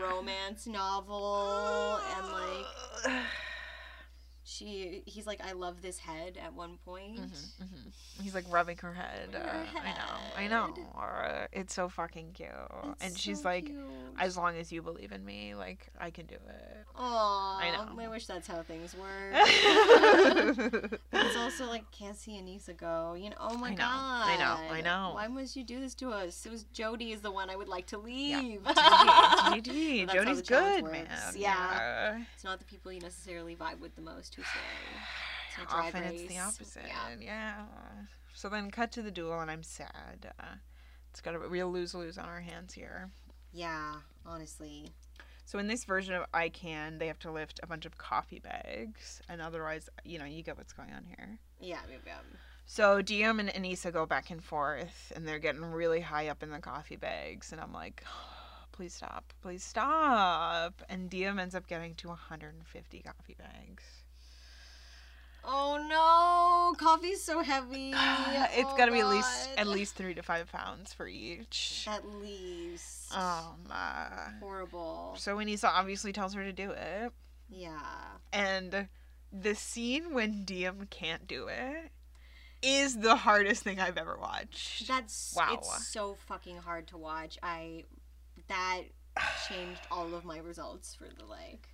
Speaker 2: romance novel, and like she, he's like, I love this head at one point.
Speaker 1: Mhm, mhm. He's like rubbing her head.
Speaker 2: Rubbing
Speaker 1: uh,
Speaker 2: her
Speaker 1: I know. I
Speaker 2: head.
Speaker 1: know. Uh, It's so fucking cute.
Speaker 2: It's
Speaker 1: and she's
Speaker 2: so
Speaker 1: like,
Speaker 2: cute.
Speaker 1: as long as you believe in me, like I can do it.
Speaker 2: Aw, I
Speaker 1: know.
Speaker 2: wish that's how things work. But it's
Speaker 1: I
Speaker 2: also like can't see Anissa go. You know, oh my
Speaker 1: I know,
Speaker 2: god.
Speaker 1: I know, I know.
Speaker 2: Why must you do this to us? It was Jody is the one I would like to
Speaker 1: Yeah.
Speaker 2: leave.
Speaker 1: GG.
Speaker 2: That's how
Speaker 1: Jody's
Speaker 2: the challenge
Speaker 1: good, man.
Speaker 2: works.
Speaker 1: Yeah.
Speaker 2: it's not the people you necessarily vibe with the most who stay. It's not drag
Speaker 1: Often it's the
Speaker 2: race.
Speaker 1: opposite.
Speaker 2: Yeah.
Speaker 1: Yeah. So then cut to the duel, and I'm sad. Uh, it's got a real lose lose on our hands here.
Speaker 2: Yeah, honestly.
Speaker 1: So in this version of I Can, they have to lift a bunch of coffee bags, and otherwise, you know, you get what's going on here.
Speaker 2: Yeah, maybe um,
Speaker 1: So Diem and Anissa go back and forth, and they're getting really high up in the coffee bags, and I'm like, please stop, please stop. And Diem ends up getting to 150 coffee bags.
Speaker 2: Oh no, coffee's so heavy.
Speaker 1: it's
Speaker 2: Oh,
Speaker 1: got to be at least
Speaker 2: God.
Speaker 1: at least three to five pounds for each.
Speaker 2: at least
Speaker 1: Um. Uh,
Speaker 2: horrible.
Speaker 1: so Anissa obviously tells her to do it,
Speaker 2: Yeah.
Speaker 1: and the scene when Diem can't do it is the hardest thing I've ever watched.
Speaker 2: That's
Speaker 1: Wow.
Speaker 2: it's so fucking hard to watch. I that changed all of my results for the like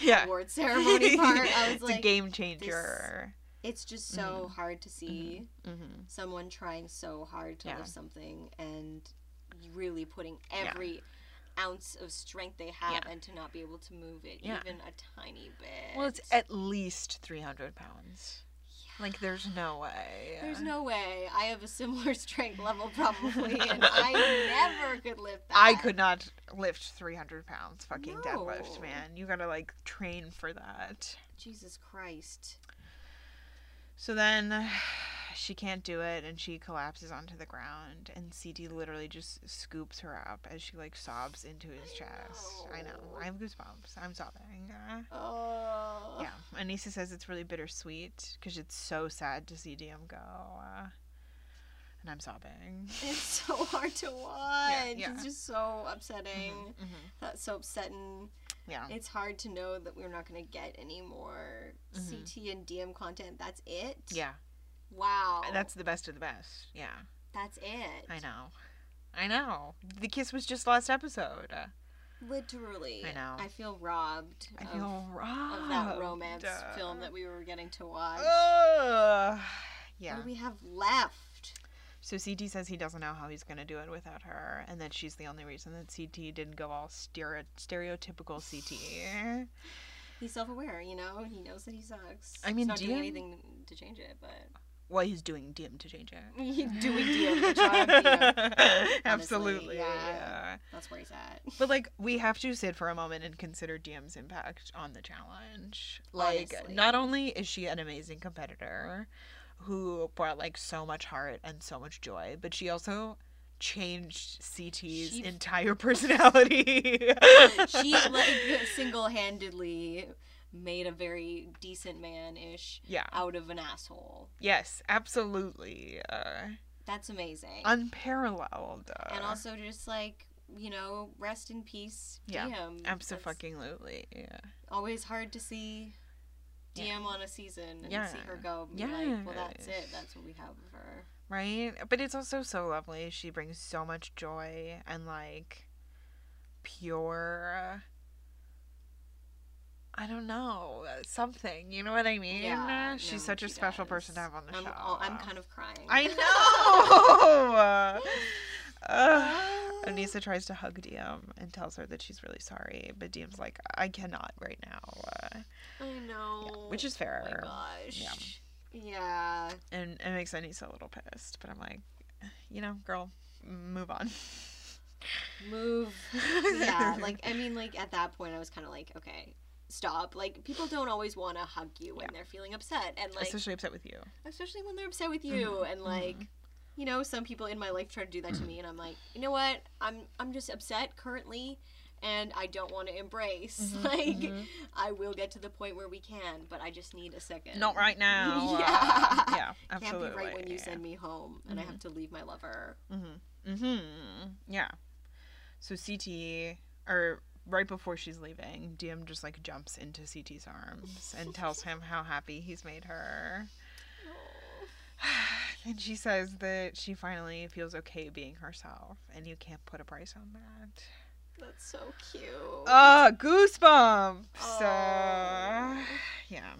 Speaker 1: yeah.
Speaker 2: award ceremony part. I was
Speaker 1: it's
Speaker 2: like
Speaker 1: a game Mm-hmm. changer.
Speaker 2: it's just so hard to see.
Speaker 1: hmm
Speaker 2: someone trying so hard to
Speaker 1: Yeah.
Speaker 2: lift something and really putting
Speaker 1: Yeah.
Speaker 2: every ounce of strength they have
Speaker 1: Yeah.
Speaker 2: and to not be able to move it
Speaker 1: Yeah.
Speaker 2: even a tiny bit.
Speaker 1: Well, it's at least 300 pounds. Like, there's no way.
Speaker 2: There's no way. I have a similar strength level probably and I never could lift that.
Speaker 1: I could not lift 300 pounds fucking
Speaker 2: No.
Speaker 1: deadlift, man. You gotta, like, train for that.
Speaker 2: Jesus Christ.
Speaker 1: So then she can't do it and she collapses onto the ground and CD literally just scoops her up as she like sobs into his chest. I know.
Speaker 2: know.
Speaker 1: I have goosebumps. I'm sobbing. Uh,
Speaker 2: Oh.
Speaker 1: yeah. Anissa says it's really bittersweet because it's so sad to see DM go. Uh, and I'm sobbing.
Speaker 2: It's so hard to watch.
Speaker 1: yeah.
Speaker 2: It's just so upsetting.
Speaker 1: Mhm.
Speaker 2: That's so upsetting.
Speaker 1: Yeah.
Speaker 2: It's hard to know that we're not going to get any more
Speaker 1: Mhm.
Speaker 2: CT and DM content. That's it.
Speaker 1: Yeah.
Speaker 2: Wow.
Speaker 1: That's the best of the best. Yeah.
Speaker 2: that's it.
Speaker 1: I know. I know. The kiss was just last episode.
Speaker 2: Literally.
Speaker 1: I know.
Speaker 2: I feel robbed
Speaker 1: I
Speaker 2: of,
Speaker 1: feel robbed.
Speaker 2: of that romance film that we were getting to watch.
Speaker 1: Ugh.
Speaker 2: What
Speaker 1: Yeah.
Speaker 2: do we have left?
Speaker 1: So CT says he doesn't know how he's going to do it without her, and that she's the only reason that CT didn't go all stere- stereotypical E. CT.
Speaker 2: He's self aware, you know? He knows that he sucks.
Speaker 1: I
Speaker 2: He's
Speaker 1: mean,
Speaker 2: not
Speaker 1: do
Speaker 2: doing
Speaker 1: you-
Speaker 2: anything to change it, but.
Speaker 1: Well, he's doing dim to change it.
Speaker 2: He doing deal with John, you know?
Speaker 1: Absolutely,
Speaker 2: yeah.
Speaker 1: yeah.
Speaker 2: That's where he's at.
Speaker 1: But like, we have to sit for a moment and consider DM's impact on the challenge. Like,
Speaker 2: Honestly.
Speaker 1: not only is she an amazing competitor who brought like so much heart and so much joy, but she also changed CT's
Speaker 2: She-
Speaker 1: entire personality.
Speaker 2: she, like, single handedly made a very decent man ish
Speaker 1: yeah.
Speaker 2: out of an asshole.
Speaker 1: Yes, absolutely. Uh,
Speaker 2: That's amazing.
Speaker 1: unparalleled. Uh,
Speaker 2: and also just like you know rest in peace
Speaker 1: Yeah,
Speaker 2: dm That's
Speaker 1: absolutely. Yeah.
Speaker 2: always hard to see dm
Speaker 1: Yeah.
Speaker 2: on a season and see
Speaker 1: Yeah.
Speaker 2: her go and be like well that's it
Speaker 1: Yes.
Speaker 2: that's what we have of her
Speaker 1: Right? But it's also so lovely. She brings so much joy and like pure I don't know, something. You know what I mean?
Speaker 2: yeah
Speaker 1: She's
Speaker 2: no,
Speaker 1: such a
Speaker 2: she
Speaker 1: special
Speaker 2: does.
Speaker 1: person to have on the
Speaker 2: I'm,
Speaker 1: show.
Speaker 2: all- i'm kind of crying
Speaker 1: I know. Ugh. Anissa tries to hug DM and tells her that she's really sorry, but DM's like, I cannot right now, uh,
Speaker 2: i know
Speaker 1: which is
Speaker 2: oh my
Speaker 1: fair.
Speaker 2: gosh yeah,
Speaker 1: and it makes Anissa a little pissed, but I'm like, you know, girl, move on.
Speaker 2: move yeah like i mean like at that point i was kind of like okay stop like people don't always want to hug you when
Speaker 1: Yeah.
Speaker 2: they're feeling upset and like
Speaker 1: especially Mm-hmm. upset with you.
Speaker 2: especially when they're upset with you and like you know some people in my life try to do that to me and i'm like you know what i'm i'm just upset currently and i don't want to embrace
Speaker 1: Mhm,
Speaker 2: like
Speaker 1: mhm.
Speaker 2: i will get to the point where we can but i just need a second
Speaker 1: Not right now. uh,
Speaker 2: Yeah.
Speaker 1: yeah,
Speaker 2: can't
Speaker 1: absolutely.
Speaker 2: be right when you send me home and i have to leave my lover
Speaker 1: Mm-hmm. Mm-hmm. Yeah. So CT, or right before she's leaving, DM just like jumps into CT's arms and tells him how happy he's made her.
Speaker 2: Oh,
Speaker 1: And she says that she finally feels okay being herself, and you can't put a price on that.
Speaker 2: that's so cute
Speaker 1: Ah, goosebumps. Uh,
Speaker 2: Oh.
Speaker 1: yeah.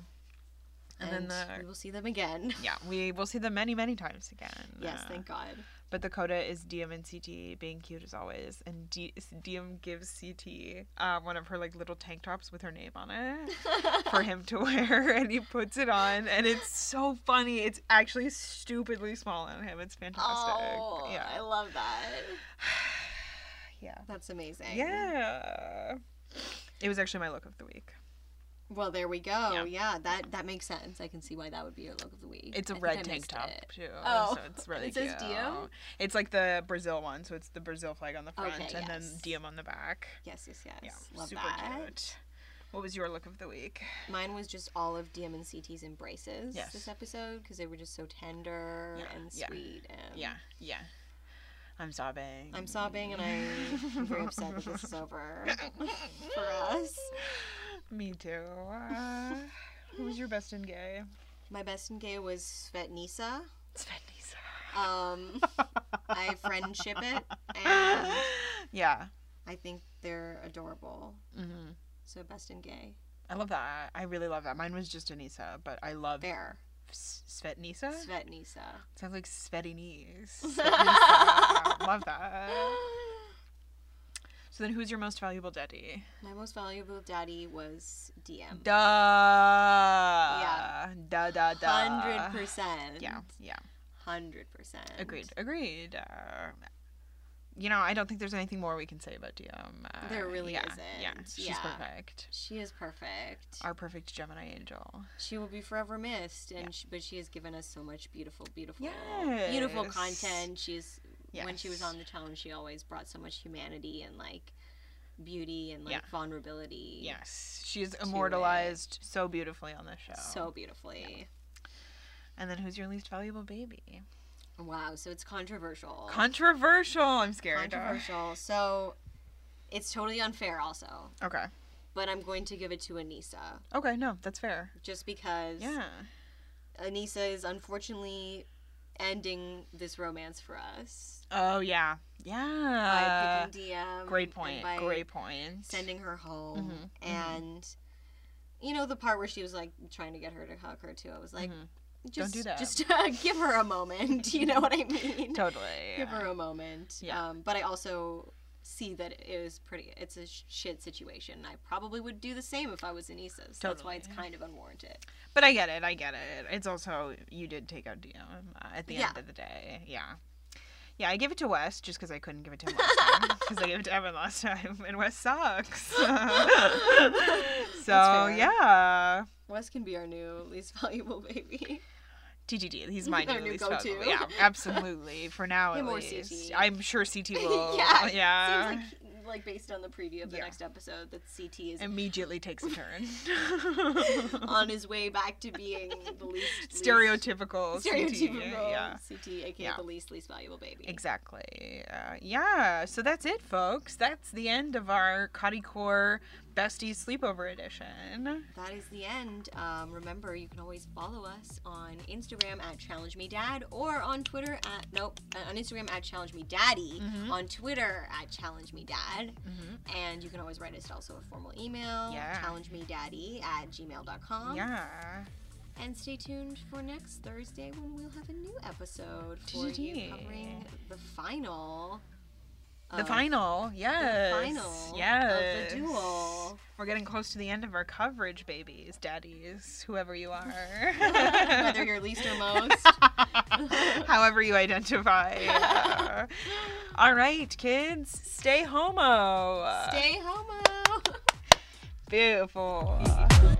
Speaker 1: And,
Speaker 2: and,
Speaker 1: then
Speaker 2: we
Speaker 1: the
Speaker 2: will see them again
Speaker 1: yeah, we will see them many, many times again.
Speaker 2: yes
Speaker 1: uh,
Speaker 2: thank god
Speaker 1: But the coda is DM and CT being cute as always, and D- DM gives CT uh, one of her like little tank tops with her name on it for him to wear, and he puts it on, and it's so funny. It's actually stupidly small on him. It's fantastic.
Speaker 2: oh i
Speaker 1: Yeah.
Speaker 2: love that
Speaker 1: Yeah.
Speaker 2: that's amazing
Speaker 1: Yeah. It was actually my look of the week.
Speaker 2: Well, there we go.
Speaker 1: Yeah.
Speaker 2: Yeah, that that makes sense. I can see why that would be your look of the week.
Speaker 1: It's
Speaker 2: a
Speaker 1: a red tank top too.
Speaker 2: Oh.
Speaker 1: so it's really
Speaker 2: It
Speaker 1: cute.
Speaker 2: says DM?
Speaker 1: It's like the Brazil one, so it's the Brazil flag on the front
Speaker 2: Okay,
Speaker 1: and
Speaker 2: yes.
Speaker 1: then DM on the back.
Speaker 2: Yes, yes, yes.
Speaker 1: Yeah,
Speaker 2: Love
Speaker 1: super
Speaker 2: that.
Speaker 1: cute. What was your look of the week?
Speaker 2: Mine was just all of DM and CT's embraces
Speaker 1: Yes.
Speaker 2: this episode because they were just so tender
Speaker 1: Yeah,
Speaker 2: and
Speaker 1: yeah,
Speaker 2: sweet. And
Speaker 1: Yeah, yeah. I'm sobbing.
Speaker 2: Um, I'm sobbing and I'm very upset that this is over for us.
Speaker 1: Me too. Uh, who was your best in gay?
Speaker 2: My best in gay was Svetnisa.
Speaker 1: Svenisa.
Speaker 2: Um, I friendship it, and
Speaker 1: yeah.
Speaker 2: I think they're adorable.
Speaker 1: hmm
Speaker 2: So best in gay.
Speaker 1: I love that. I really love that. Mine was just Anissa, but I love
Speaker 2: Fair.
Speaker 1: S- Svetnisa.
Speaker 2: Svetnisa.
Speaker 1: Sounds like sweaty knees. Svetnisa. love that. So then, who's your most valuable daddy?
Speaker 2: My most valuable daddy was DM.
Speaker 1: Duh. Yeah. Da da da.
Speaker 2: Hundred percent.
Speaker 1: Yeah. Yeah.
Speaker 2: Hundred percent.
Speaker 1: Agreed. Agreed. Uh, you know, I don't think there's anything more we can say about DM. Uh,
Speaker 2: There really
Speaker 1: yeah,
Speaker 2: isn't.
Speaker 1: Yeah. She's
Speaker 2: Yeah.
Speaker 1: perfect.
Speaker 2: She is perfect.
Speaker 1: Our perfect Gemini angel.
Speaker 2: She will be forever missed, and she, but she has given us so much beautiful, beautiful, beautiful
Speaker 1: Yes.
Speaker 2: content. She's
Speaker 1: Yes.
Speaker 2: when she was on the challenge, she always brought so much humanity and like beauty and like
Speaker 1: Yeah.
Speaker 2: vulnerability.
Speaker 1: Yes. She is immortalized so beautifully on this show.
Speaker 2: So beautifully.
Speaker 1: And then who's your least valuable baby?
Speaker 2: Wow. So it's controversial.
Speaker 1: Controversial. I'm scared.
Speaker 2: controversial. So it's totally unfair, also.
Speaker 1: Okay.
Speaker 2: But I'm going to give it to Anissa
Speaker 1: Okay. No, that's fair.
Speaker 2: just because
Speaker 1: Yeah.
Speaker 2: Anissa is unfortunately ending this romance for us.
Speaker 1: Oh yeah. Yeah.
Speaker 2: by picking DM.
Speaker 1: Great
Speaker 2: Um, and
Speaker 1: point.
Speaker 2: by
Speaker 1: Great point.
Speaker 2: Sending her home.
Speaker 1: Mhm, mhm.
Speaker 2: And, you know, the part where she was like trying to get her to hug her too, I was like,
Speaker 1: Mhm.
Speaker 2: just,
Speaker 1: do that.
Speaker 2: Just uh, give her a moment. You know what I mean?
Speaker 1: Totally.
Speaker 2: Give her a moment.
Speaker 1: Yeah.
Speaker 2: Um, but I also see that it is pretty, it's a sh- shit situation. I probably would do the same if I was in E Issa's. That's why
Speaker 1: Totally.
Speaker 2: it's kind of unwarranted.
Speaker 1: But I get it. I get it. It's also you did take out DM uh, at the end
Speaker 2: Yeah.
Speaker 1: of the day. Yeah. Yeah, I give it to Wes just because I couldn't give it to him last time because I gave it to Evan last time and Wes sucks.
Speaker 2: That's
Speaker 1: so
Speaker 2: fair.
Speaker 1: yeah,
Speaker 2: Wes can be our new least valuable baby.
Speaker 1: TGD. He's my
Speaker 2: Our
Speaker 1: new
Speaker 2: new
Speaker 1: least
Speaker 2: go-to.
Speaker 1: valuable. Yeah, absolutely. For now,
Speaker 2: Him
Speaker 1: at
Speaker 2: or
Speaker 1: least
Speaker 2: CT.
Speaker 1: I'm sure CT will.
Speaker 2: yeah. it
Speaker 1: yeah.
Speaker 2: Seems like, like based on the preview of the
Speaker 1: Yeah.
Speaker 2: next episode, that CT is
Speaker 1: Immediately takes a turn.
Speaker 2: on his way back to being the least
Speaker 1: stereotypical.
Speaker 2: least,
Speaker 1: CT,
Speaker 2: stereotypical
Speaker 1: Yeah.
Speaker 2: CT, aka
Speaker 1: Yeah.
Speaker 2: the least least valuable baby.
Speaker 1: Exactly. Uh, yeah. So that's it, folks. That's the end of our Cotty Core Besties Sleepover Edition.
Speaker 2: That is the end. Um, remember, you can always follow us on Instagram at Challenge Me Dad or on Twitter at nope uh, on Instagram at Challenge Me Daddy
Speaker 1: Mhm.
Speaker 2: on Twitter at Challenge Me Dad. And you can always write us also a formal email,
Speaker 1: Mm-hmm. Yeah.
Speaker 2: challenge me daddy at gmail.com.
Speaker 1: Yeah.
Speaker 2: And stay tuned for next Thursday when we'll have a new episode for you
Speaker 1: TGT.
Speaker 2: covering the final.
Speaker 1: The
Speaker 2: of-
Speaker 1: final. Yes.
Speaker 2: final of the
Speaker 1: Yes.
Speaker 2: duel.
Speaker 1: We're getting close to the end of our coverage, babies, daddies, whoever you are.
Speaker 2: Whether you're least or most.
Speaker 1: However you identify. Yeah. All right, kids. Stay homo.
Speaker 2: Stay homo!
Speaker 1: Beautiful.